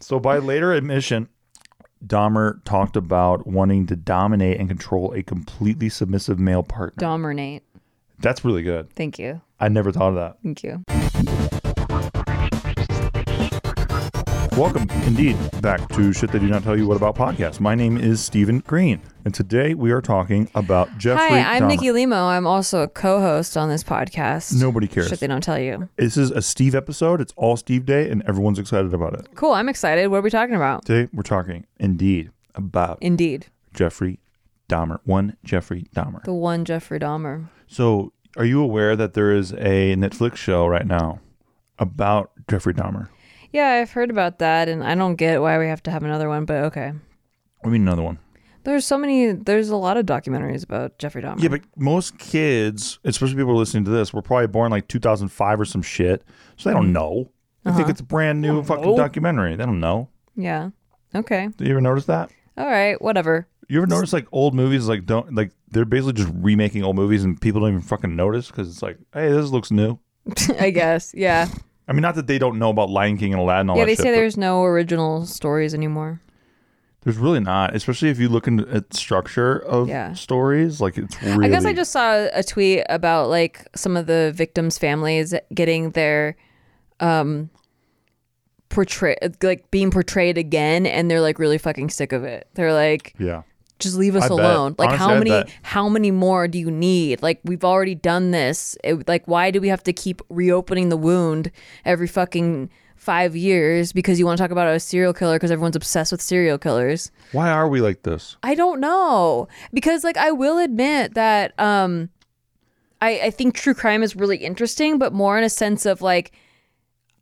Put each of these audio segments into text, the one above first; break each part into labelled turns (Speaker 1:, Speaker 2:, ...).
Speaker 1: So, by later admission, Dahmer talked about wanting to dominate and control a completely submissive male partner.
Speaker 2: Dominate.
Speaker 1: That's really good.
Speaker 2: Thank you.
Speaker 1: I never thought of that.
Speaker 2: Thank you.
Speaker 1: Welcome, indeed, back to Shit They Do Not Tell You What About podcast. My name is Stephen Green, and today we are talking about Jeffrey
Speaker 2: Hi, I'm
Speaker 1: Dahmer.
Speaker 2: Nikki Limo. I'm also a co-host on this podcast.
Speaker 1: Nobody cares.
Speaker 2: Shit, they don't tell you.
Speaker 1: This is a Steve episode. It's all Steve Day, and everyone's excited about it.
Speaker 2: Cool. I'm excited. What are we talking about?
Speaker 1: Today we're talking, indeed, about
Speaker 2: Indeed,
Speaker 1: Jeffrey Dahmer. One Jeffrey Dahmer.
Speaker 2: the one Jeffrey Dahmer.
Speaker 1: So, are you aware that there is a Netflix show right now about Jeffrey Dahmer?
Speaker 2: Yeah, I've heard about that, and I don't get why we have to have another one, but okay.
Speaker 1: I mean, another one.
Speaker 2: There's so many. There's a lot of documentaries about Jeffrey Dahmer.
Speaker 1: Yeah, but most kids, especially people who are listening to this, were probably born like 2005 or some shit. So they don't know. They think it's a brand new fucking
Speaker 2: Uh-huh. know.
Speaker 1: documentary. They don't know.
Speaker 2: Yeah. Okay.
Speaker 1: Do you ever notice that?
Speaker 2: All right. Whatever.
Speaker 1: You ever notice like old movies like don't like they're basically just remaking old movies and people don't even fucking notice because it's like, hey, this looks new.
Speaker 2: I guess. Yeah.
Speaker 1: I mean, not that they don't know about Lion King and Aladdin. And all
Speaker 2: yeah.
Speaker 1: that
Speaker 2: They
Speaker 1: shit,
Speaker 2: say
Speaker 1: but
Speaker 2: there's no original stories anymore.
Speaker 1: there's really not, especially if you look in, at structure of
Speaker 2: Yeah.
Speaker 1: stories. Like it's really.
Speaker 2: I guess I just saw a tweet about like some of the victims' families getting their um portray like being portrayed again and they're like really fucking sick of it. They're like
Speaker 1: yeah.
Speaker 2: just leave us
Speaker 1: I bet.
Speaker 2: alone. Like how
Speaker 1: Honestly, I
Speaker 2: many
Speaker 1: bet.
Speaker 2: how many more do you need? Like we've already done this. It, like why do we have to keep reopening the wound every fucking 5 years because you want to talk about a serial killer because everyone's obsessed with serial killers?
Speaker 1: Why are we like this?
Speaker 2: I don't know because like I will admit that um I I think true crime is really interesting but more in a sense of like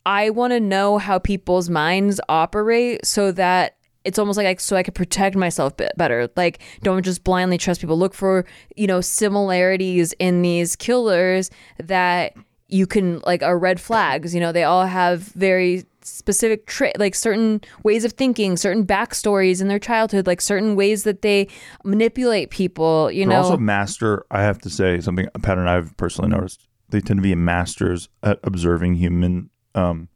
Speaker 2: I want to know how people's minds operate so that it's almost like I, so I could protect myself bit better. Like, don't just blindly trust people. Look for you know similarities in these killers that you can like are red flags. You know, they all have very specific trait, like certain ways of thinking, certain backstories in their childhood, like certain ways that they manipulate people. You
Speaker 1: They're
Speaker 2: know,
Speaker 1: also master. I have to say something a pattern I've personally noticed. They tend to be masters at observing human, um,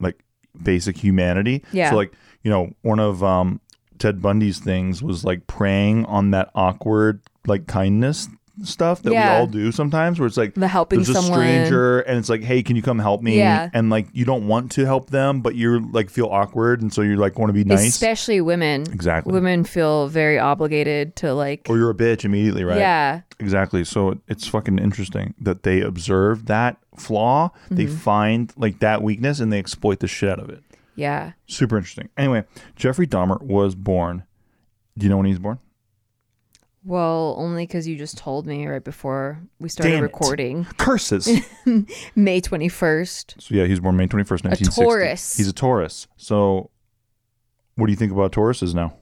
Speaker 1: like basic humanity.
Speaker 2: Yeah.
Speaker 1: So like you know one of um Ted Bundy's things was like preying on that awkward like kindness stuff that
Speaker 2: Yeah.
Speaker 1: we all do sometimes, where it's like
Speaker 2: The helping
Speaker 1: there's a
Speaker 2: someone.
Speaker 1: stranger and it's like hey can you come help me
Speaker 2: Yeah.
Speaker 1: and like you don't want to help them but you're like feel awkward and so you're like want to be nice
Speaker 2: especially women.
Speaker 1: Exactly.
Speaker 2: women feel very obligated to like.
Speaker 1: or you're a bitch immediately right
Speaker 2: Yeah.
Speaker 1: Exactly. So it- it's fucking interesting that they observe that flaw, they
Speaker 2: Mm-hmm.
Speaker 1: find like that weakness, and they exploit the shit out of it.
Speaker 2: Yeah.
Speaker 1: Super interesting. Anyway, Jeffrey Dahmer was born. Do you know when he was born?
Speaker 2: Well, only because you just told me right before we started
Speaker 1: Damn it.
Speaker 2: recording.
Speaker 1: Curses.
Speaker 2: May 21st.
Speaker 1: so yeah, he was born May twenty first, nineteen sixty.
Speaker 2: Taurus.
Speaker 1: He's a Taurus. So, what do you think about Tauruses now?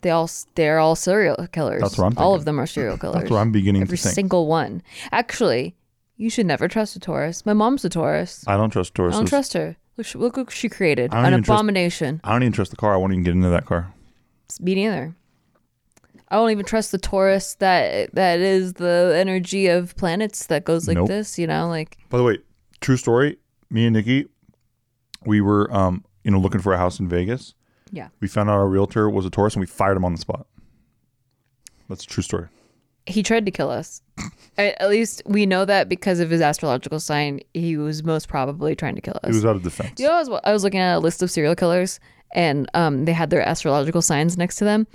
Speaker 2: They all they're all serial killers.
Speaker 1: That's what I'm
Speaker 2: All
Speaker 1: thinking.
Speaker 2: of them are serial killers.
Speaker 1: That's what I'm beginning
Speaker 2: Every
Speaker 1: to think.
Speaker 2: single one. Actually, you should never trust a Taurus. My mom's a Taurus.
Speaker 1: I don't trust Tauruses.
Speaker 2: I don't trust her. Look, she- look what she created.
Speaker 1: I don't
Speaker 2: An
Speaker 1: even trust-
Speaker 2: abomination.
Speaker 1: I don't even trust the car. I won't even get into that car.
Speaker 2: Me neither. I don't even trust the Taurus that that is the energy of planets that goes like
Speaker 1: Nope.
Speaker 2: this. You know, like
Speaker 1: By the way, true story. Me and Nikki, we were um, you know looking for a house in Vegas.
Speaker 2: yeah.
Speaker 1: We found out our realtor was a Taurus and we fired him on the spot. That's a true story.
Speaker 2: He tried to kill us. A- At least we know that because of his astrological sign, he was most probably trying to kill
Speaker 1: He
Speaker 2: us.
Speaker 1: was out of defense.
Speaker 2: Do you know, I was, I was looking at a list of serial killers, and um, they had their astrological signs next to them.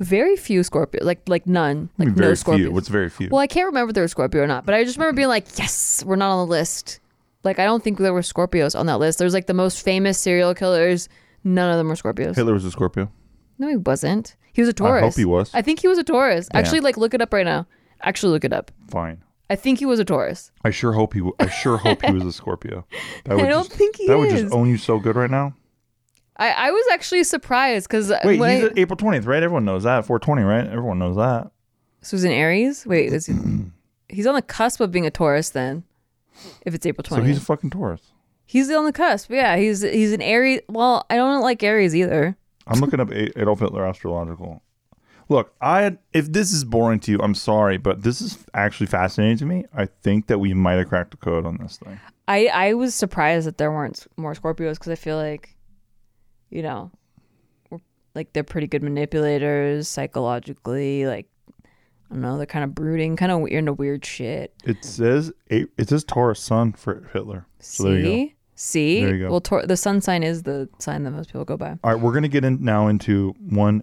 Speaker 2: Very few Scorpio, like like none,
Speaker 1: I
Speaker 2: like
Speaker 1: mean, very
Speaker 2: no Scorpios.
Speaker 1: few. What's very few?
Speaker 2: well, I can't remember if they were Scorpio or not, but I just remember being like, yes, we're not on the list. Like I don't think there were Scorpios on that list. There's like the most famous serial killers. None of them were Scorpios.
Speaker 1: Hitler was a Scorpio.
Speaker 2: No, he wasn't. He was a Taurus.
Speaker 1: he was.
Speaker 2: I think he was a Taurus. Actually, like look it up right now. Actually, look it up.
Speaker 1: Fine.
Speaker 2: I think he was a Taurus.
Speaker 1: I sure hope he. W- I sure hope he was a Scorpio. That would
Speaker 2: I don't
Speaker 1: just,
Speaker 2: think he
Speaker 1: that would
Speaker 2: is.
Speaker 1: just own you so good right now.
Speaker 2: I, I was actually surprised uh, because
Speaker 1: Wait, he's a- April twentieth, right? Everyone knows that. Four twenty, right? Everyone knows that.
Speaker 2: So he's an Aries? Wait, is he, he's on the cusp of being a Taurus then. If it's April 20th.
Speaker 1: So he's
Speaker 2: he's,
Speaker 1: a fucking Taurus.
Speaker 2: on the cusp. Yeah, he's he's an Aries. Well, I don't like Aries either.
Speaker 1: I'm looking up A- Adolf Hitler astrological. Look, I if this is boring to you, I'm sorry, but this is actually fascinating to me. I think that we might have cracked the code on this thing.
Speaker 2: I I was surprised that there weren't s- more Scorpios cuz I feel like you know, we're- like they're pretty good manipulators psychologically. Like, I don't know, they're kind of brooding, kind of into weird shit.
Speaker 1: It says it it says Taurus Sun for Hitler. So there you go.
Speaker 2: See, see.
Speaker 1: There you go.
Speaker 2: Well, tor- the sun sign is the sign that most people go by.
Speaker 1: All right, we're going to get in now into one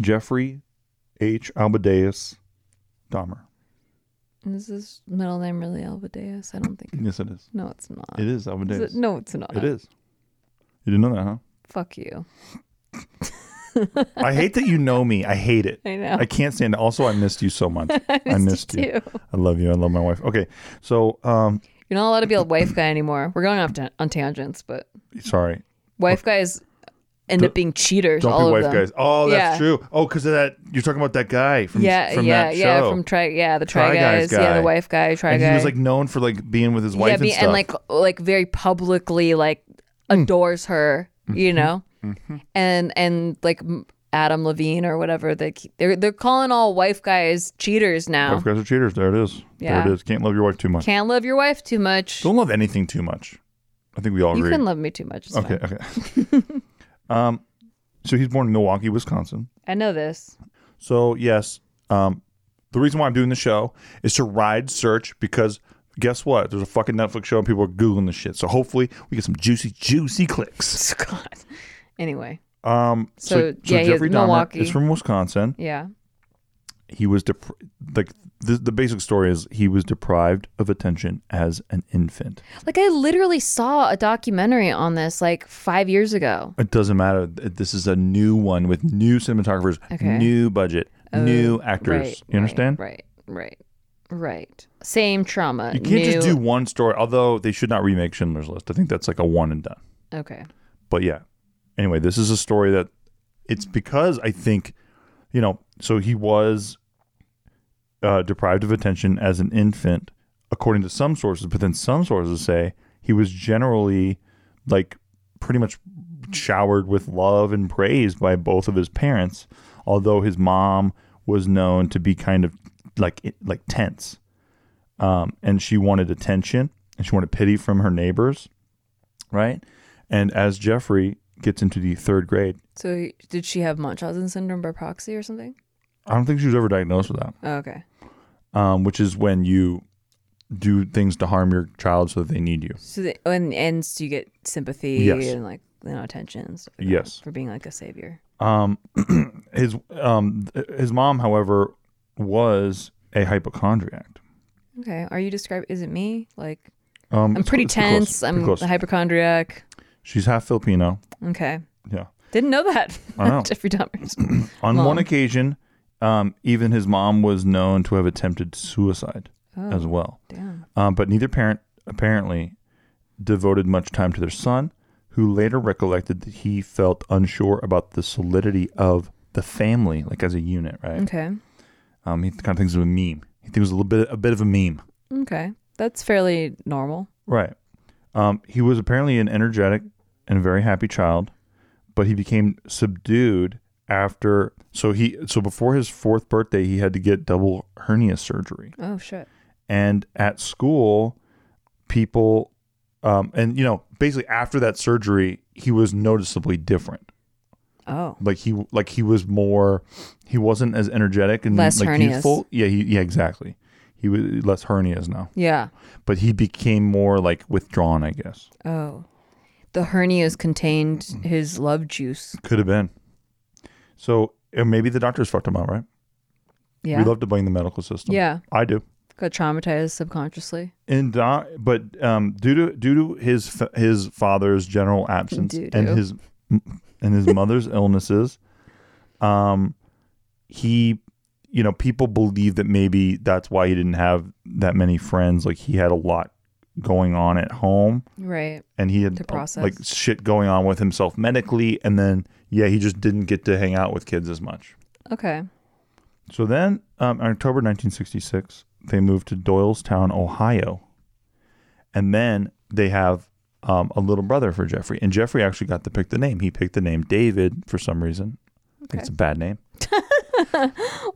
Speaker 1: Jeffrey H. Albadeus Dahmer.
Speaker 2: Is his middle name really Albadeus? I don't think.
Speaker 1: Yes, it is.
Speaker 2: No, it's not.
Speaker 1: It is
Speaker 2: Is
Speaker 1: Albadeus.
Speaker 2: it- no, it's not.
Speaker 1: It is. You didn't know that, huh?
Speaker 2: Fuck you.
Speaker 1: I hate that you know me. I hate it.
Speaker 2: I know.
Speaker 1: I can't stand it. Also, I missed you so much. I missed, you.
Speaker 2: you.
Speaker 1: I love you. I love my wife. Okay, so um,
Speaker 2: You're not allowed to be a wife guy anymore. We're going off ta- on tangents, but
Speaker 1: sorry.
Speaker 2: wife guys end up being cheaters.
Speaker 1: Don't
Speaker 2: all
Speaker 1: be
Speaker 2: of
Speaker 1: wife
Speaker 2: them.
Speaker 1: guys. Oh, that's
Speaker 2: Yeah.
Speaker 1: true. Oh, because of that. You're talking about that guy from
Speaker 2: yeah,
Speaker 1: from
Speaker 2: yeah,
Speaker 1: that show.
Speaker 2: yeah. From try, yeah, the try,
Speaker 1: Try Guys
Speaker 2: guys, yeah,
Speaker 1: guy.
Speaker 2: the wife guy, try
Speaker 1: and
Speaker 2: guy.
Speaker 1: he was like known for like being with his wife
Speaker 2: yeah,
Speaker 1: and
Speaker 2: be-
Speaker 1: stuff. Mm.
Speaker 2: and like like very publicly like adores her,
Speaker 1: Mm-hmm.
Speaker 2: you know, and and like m- Adam Levine or whatever. They keep- they're they're calling all wife guys cheaters now.
Speaker 1: wife guys are cheaters. There it is.
Speaker 2: Yeah.
Speaker 1: There it is. Can't love your wife too much.
Speaker 2: Can't love your wife too much.
Speaker 1: Don't love anything too much. I think we all
Speaker 2: you
Speaker 1: agree.
Speaker 2: can love me too much. It's
Speaker 1: okay,
Speaker 2: fine.
Speaker 1: okay. um, so he's born in Milwaukee, Wisconsin.
Speaker 2: I know this.
Speaker 1: So yes, um, the reason why I'm doing the show is to ride search because guess what? There's a fucking Netflix show and people are googling this shit. So hopefully we get some juicy, juicy clicks.
Speaker 2: Scott. Anyway,
Speaker 1: Um, so,
Speaker 2: So, yeah, he-
Speaker 1: Jeffrey Dahmer
Speaker 2: Milwaukee.
Speaker 1: is from Wisconsin.
Speaker 2: yeah.
Speaker 1: He was dep- like the, the basic story is he was deprived of attention as an infant.
Speaker 2: Like I literally saw a documentary on this like five years ago.
Speaker 1: It doesn't matter. This is a new one with new cinematographers,
Speaker 2: Okay. Oh,
Speaker 1: new budget, new actors.
Speaker 2: Right.
Speaker 1: you understand?
Speaker 2: Right. Right. Right. Same trauma.
Speaker 1: You can't just do
Speaker 2: new-
Speaker 1: one story. Although they should not remake Schindler's List. I think that's like a one and done.
Speaker 2: Okay.
Speaker 1: but yeah. Anyway, this is a story that it's because I think, you know, so he was uh, deprived of attention as an infant, according to some sources, but then some sources say he was generally like pretty much showered with love and praise by both of his parents, although his mom was known to be kind of like like tense. Um, and she wanted attention and she wanted pity from her neighbors, right? And as Jeffrey gets into the third grade,
Speaker 2: So he- did she have Munchausen syndrome by proxy or something?
Speaker 1: I don't think she was ever diagnosed with that,
Speaker 2: Oh, okay.
Speaker 1: um, which is when you do things to harm your child so that they need you.
Speaker 2: So the, oh, and and so you get sympathy
Speaker 1: Yes.
Speaker 2: and like you know attention. and stuff like that
Speaker 1: Yes.
Speaker 2: For being like a savior.
Speaker 1: Um, his um, th- his mom, however, was a hypochondriac.
Speaker 2: Okay. Are you described? Is it me? Like
Speaker 1: Um,
Speaker 2: I'm
Speaker 1: it's-
Speaker 2: pretty
Speaker 1: it's too close,
Speaker 2: tense.
Speaker 1: too
Speaker 2: I'm
Speaker 1: close.
Speaker 2: a hypochondriac.
Speaker 1: She's half Filipino.
Speaker 2: Okay.
Speaker 1: Yeah.
Speaker 2: Didn't know that.
Speaker 1: I know.
Speaker 2: Jeffrey Dahmer's.
Speaker 1: On
Speaker 2: Mom.
Speaker 1: one occasion, um, even his mom was known to have attempted suicide
Speaker 2: Oh.
Speaker 1: as well.
Speaker 2: Damn.
Speaker 1: Um, but neither parent apparently devoted much time to their son, who later recollected that he felt unsure about the solidity of the family, like as a unit, right?
Speaker 2: Okay.
Speaker 1: Um, he kind of thinks of a meme. He thinks it was a little bit, a bit of a meme,
Speaker 2: Okay. That's fairly normal.
Speaker 1: right? Um, he was apparently an energetic and very happy child, but he became subdued after. So he, so before his fourth birthday, he had to get double hernia surgery.
Speaker 2: Oh shit.
Speaker 1: and at school people um, and you know basically after that surgery he was noticeably different
Speaker 2: Oh.
Speaker 1: like he like he was more he wasn't as energetic and
Speaker 2: Less
Speaker 1: like
Speaker 2: hernias.
Speaker 1: youthful yeah he, yeah exactly he was less hernias now
Speaker 2: Yeah.
Speaker 1: but he became more like withdrawn i guess
Speaker 2: Oh. The hernias contained
Speaker 1: Mm-hmm.
Speaker 2: his love juice.
Speaker 1: could have been so and maybe the doctors fucked him up right
Speaker 2: Yeah.
Speaker 1: we love to blame the medical system
Speaker 2: yeah.
Speaker 1: i do
Speaker 2: Got traumatized subconsciously.
Speaker 1: And Don, but um, due to due to his f- his father's general absence
Speaker 2: Due to.
Speaker 1: and his and his mother's illnesses, um, he, you know, people believe that maybe that's why he didn't have that many friends. Like he had a lot going on at home,
Speaker 2: Right.
Speaker 1: and he had
Speaker 2: To
Speaker 1: uh,
Speaker 2: process.
Speaker 1: like shit going on with himself medically, and then yeah, he just didn't get to hang out with kids as much.
Speaker 2: Okay.
Speaker 1: So then, um, in October 1966, they moved to Doylestown, Ohio. And then they have um, a little brother for Jeffrey. And Jeffrey actually got to pick the name. He picked the name David for some reason. I think
Speaker 2: Okay.
Speaker 1: it's a bad name.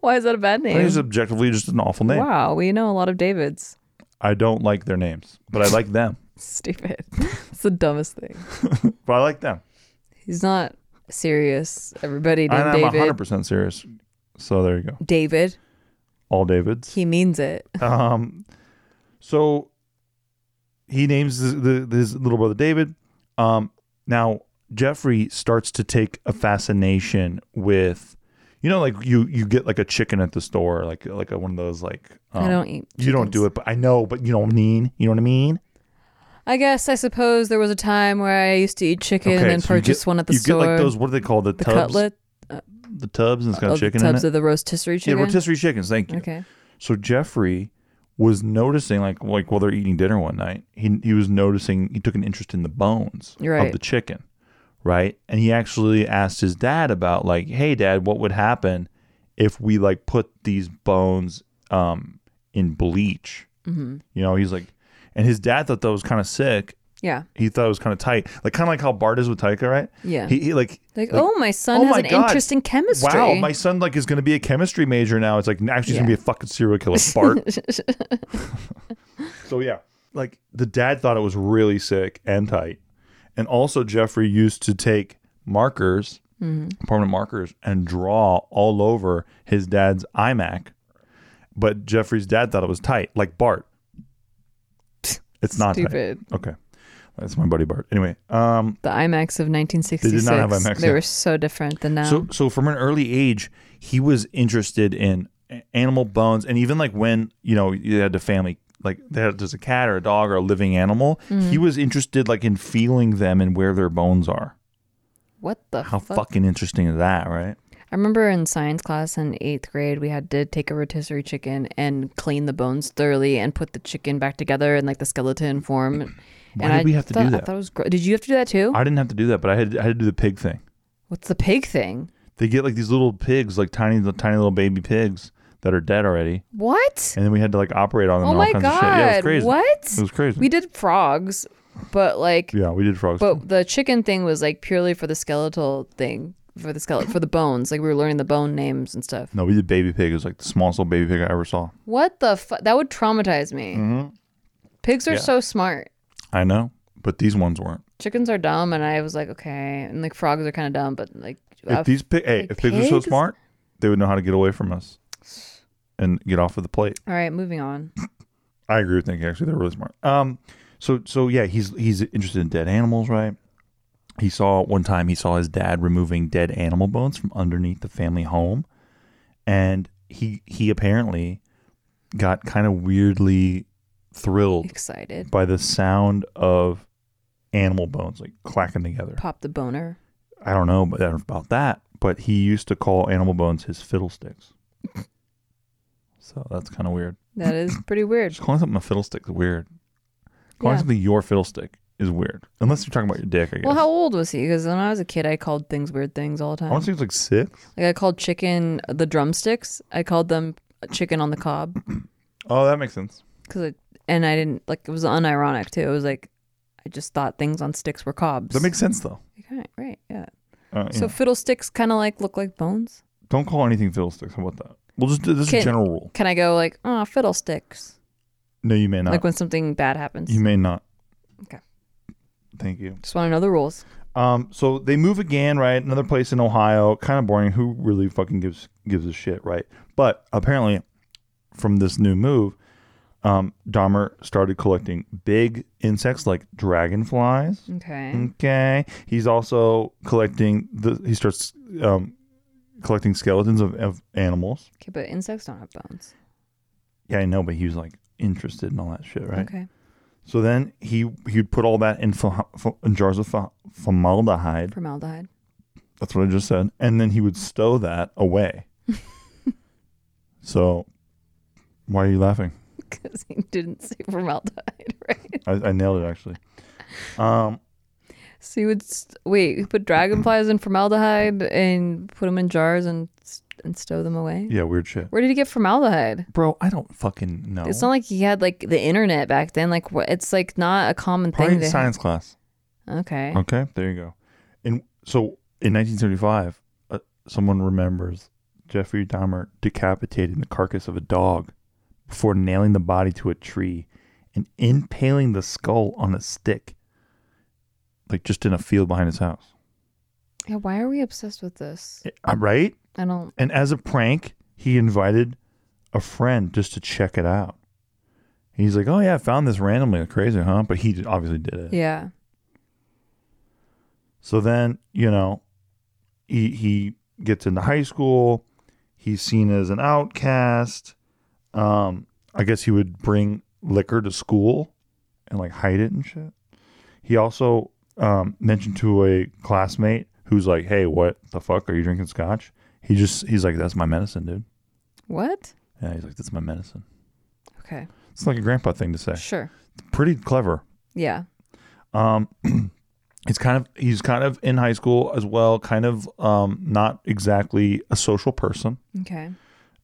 Speaker 2: Why is that a
Speaker 1: I
Speaker 2: bad
Speaker 1: think
Speaker 2: name?
Speaker 1: it's objectively just an awful name.
Speaker 2: Wow, we know a lot of Davids.
Speaker 1: I don't like their names, but I like them.
Speaker 2: Stupid. it's the dumbest thing.
Speaker 1: But I like them.
Speaker 2: He's not serious. Everybody
Speaker 1: And
Speaker 2: named
Speaker 1: I'm
Speaker 2: David.
Speaker 1: 100% serious. So there you go.
Speaker 2: David.
Speaker 1: All Davids.
Speaker 2: He means it.
Speaker 1: um, so he names his, the, his little brother David. Um, now Jeffrey starts to take a fascination with, you know, like you you get like a chicken at the store, like like a, one of those like um,
Speaker 2: I don't eat.
Speaker 1: you don't do it, but I know, but you know what I mean. You know what I mean?
Speaker 2: I guess I suppose there was a time where I used to eat chicken and then
Speaker 1: so you
Speaker 2: purchase
Speaker 1: get-
Speaker 2: one at the
Speaker 1: you
Speaker 2: store.
Speaker 1: get like those what are they called? The,
Speaker 2: the
Speaker 1: tubs,
Speaker 2: cutlet,
Speaker 1: the tubs, and it's got
Speaker 2: oh, the
Speaker 1: chicken
Speaker 2: tubs
Speaker 1: in it.
Speaker 2: of the rotisserie
Speaker 1: yeah,
Speaker 2: chicken.
Speaker 1: rotisserie chickens. Thank you.
Speaker 2: Okay.
Speaker 1: So Jeffrey was noticing, like, like while they're eating dinner one night, he he was noticing he took an interest in the bones
Speaker 2: Right.
Speaker 1: of the chicken, right? And he actually asked his dad about, like, hey, dad, what would happen if we like put these bones um in bleach? Mm-hmm. You know, he's like, and his dad thought that was kind of sick.
Speaker 2: Yeah.
Speaker 1: He thought it was kind of tight, like kind of like how Bart is with Taika, right?
Speaker 2: Yeah.
Speaker 1: He, he like
Speaker 2: Like, oh, my son has
Speaker 1: my
Speaker 2: an
Speaker 1: God.
Speaker 2: interest in chemistry.
Speaker 1: Wow, my son like is going to be a chemistry major now. It's like actually he's going to
Speaker 2: Yeah.
Speaker 1: be a fucking serial killer, Bart. so yeah, like the dad thought it was really sick and tight, and also Jeffrey used to take markers, permanent markers, and draw all over his dad's iMac. But Jeffrey's dad thought it was tight, like Bart. It's not tight.
Speaker 2: Stupid.
Speaker 1: Okay, that's my buddy Bart. Anyway, um,
Speaker 2: The IMAX of 1966.
Speaker 1: have IMAX,
Speaker 2: They
Speaker 1: yeah.
Speaker 2: were so different than now.
Speaker 1: So, so from an early age, he was interested in a- animal bones, and even like when you know you had the family, like there- there's a cat or a dog or a living animal, he
Speaker 2: Mm-hmm.
Speaker 1: was interested like in feeling them and where their bones are.
Speaker 2: what the
Speaker 1: How
Speaker 2: fuck?
Speaker 1: fucking interesting is that, right?
Speaker 2: I remember in science class in eighth grade, we had to take a rotisserie chicken and clean the bones thoroughly and put the chicken back together in like the skeleton form.
Speaker 1: Why
Speaker 2: and
Speaker 1: did
Speaker 2: I
Speaker 1: we have to do
Speaker 2: thought- I
Speaker 1: that?
Speaker 2: thought it was gro- Did you have to do that too?
Speaker 1: I didn't have to do that, but I had I had to do the pig thing.
Speaker 2: What's the pig thing?
Speaker 1: They get like these little pigs, like tiny, tiny little baby pigs that are dead already,
Speaker 2: What?
Speaker 1: and then we had to like operate on them. and
Speaker 2: Oh
Speaker 1: all
Speaker 2: my
Speaker 1: kinds Of shit. Yeah, it was
Speaker 2: god!
Speaker 1: crazy.
Speaker 2: What?
Speaker 1: It was crazy.
Speaker 2: We did frogs, but like,
Speaker 1: yeah, we did frogs.
Speaker 2: but the chicken thing was like purely for the skeletal thing, for the skeleton, for the bones. Like we were learning the bone names and stuff.
Speaker 1: no, we did baby pig. It was like the smallest little baby pig I ever saw.
Speaker 2: What the fuck? That would traumatize me. Pigs
Speaker 1: Mm-hmm.
Speaker 2: are
Speaker 1: Yeah.
Speaker 2: so smart.
Speaker 1: I know, but these ones weren't.
Speaker 2: Chickens are dumb, and I was like, okay. And like frogs are kind of dumb, but like, uh,
Speaker 1: If these pig, hey,
Speaker 2: like
Speaker 1: if pigs were so
Speaker 2: pigs?
Speaker 1: smart, they would know how to get away from us and get off of the plate.
Speaker 2: all right, moving on.
Speaker 1: I agree with Nick. Actually, they're really smart. Um, so so yeah, he's he's interested in dead animals, right? He saw one time he saw his dad removing dead animal bones from underneath the family home, and he he apparently got kind of weirdly thrilled
Speaker 2: Excited.
Speaker 1: by the sound of animal bones like clacking together.
Speaker 2: Pop the boner.
Speaker 1: I don't know but- about that, but he used to call animal bones his fiddlesticks. so that's kind of weird.
Speaker 2: That is pretty weird.
Speaker 1: Just calling something a fiddlestick is weird. Calling
Speaker 2: Yeah.
Speaker 1: something your fiddlestick is weird, unless you're talking about your dick. I guess.
Speaker 2: Well, how old was he? Because when I was a kid, I called things weird things all the
Speaker 1: I
Speaker 2: time.
Speaker 1: want to say it's like six.
Speaker 2: Like I called chicken uh, the drumsticks. I called them chicken on the cob
Speaker 1: Oh, that makes sense.
Speaker 2: because it, and I didn't like it was unironic too. It was like I just thought things on sticks were cobs.
Speaker 1: That makes sense though.
Speaker 2: okay, right, yeah.
Speaker 1: Uh,
Speaker 2: So
Speaker 1: so
Speaker 2: fiddlesticks kind of like look like bones.
Speaker 1: don't call anything fiddlesticks. How about that? We'll just do this is a
Speaker 2: Can-
Speaker 1: general rule.
Speaker 2: Can I go like oh fiddlesticks?
Speaker 1: No, you may not.
Speaker 2: Like when something bad happens.
Speaker 1: you may not.
Speaker 2: Okay.
Speaker 1: Thank you.
Speaker 2: Just want to know the rules.
Speaker 1: Um, so they move again, right? Another place in Ohio, kind of boring. Who really fucking gives gives a shit, right? But apparently, from this new move, um, Dahmer started collecting big insects like dragonflies.
Speaker 2: Okay.
Speaker 1: Mm. Okay, he's also collecting the. He starts um, collecting skeletons of, of animals.
Speaker 2: Okay, but insects don't have bones.
Speaker 1: Yeah, I know, but he was like interested in all that shit, right?
Speaker 2: Okay.
Speaker 1: So then he he'd put all that in, fa- fa- in jars of fa- formaldehyde.
Speaker 2: Formaldehyde.
Speaker 1: That's what I just said. And then he would stow that away. so, why are you laughing?
Speaker 2: Because he didn't say formaldehyde, right?
Speaker 1: I, I nailed it actually. Um,
Speaker 2: So you would st- wait. You put dragonflies in formaldehyde and put them in jars and s- and stow them away.
Speaker 1: yeah, weird shit,
Speaker 2: Where did he get formaldehyde?
Speaker 1: bro. I don't fucking know.
Speaker 2: It's not like he had like the internet back then. Like what? It's like not a common
Speaker 1: probably
Speaker 2: thing.
Speaker 1: in
Speaker 2: To
Speaker 1: science class.
Speaker 2: Okay.
Speaker 1: Okay, there you go. And so, in 1975, uh, someone remembers Jeffrey Dahmer decapitating the carcass of a dog before nailing the body to a tree and impaling the skull on a stick, like just in a field behind his house.
Speaker 2: Yeah, why are we obsessed with this?
Speaker 1: Uh, right?
Speaker 2: I don't.
Speaker 1: And as a prank, he invited a friend just to check it out. He's like, "Oh yeah, I found this randomly, crazy, huh?" But he d- obviously did it.
Speaker 2: Yeah.
Speaker 1: So then, you know, he he gets into high school. He's seen as an outcast. Um, I guess he would bring liquor to school and like hide it and shit. He also um, mentioned to a classmate who's like, "Hey, what the fuck are you drinking scotch?" He just he's like, "That's my medicine, dude."
Speaker 2: What?
Speaker 1: Yeah, he's like, "That's my medicine."
Speaker 2: Okay.
Speaker 1: It's like a grandpa thing to say.
Speaker 2: Sure.
Speaker 1: Pretty clever.
Speaker 2: Yeah.
Speaker 1: Um, it's kind of he's kind of in high school as well. Kind of um, not exactly a social person.
Speaker 2: Okay.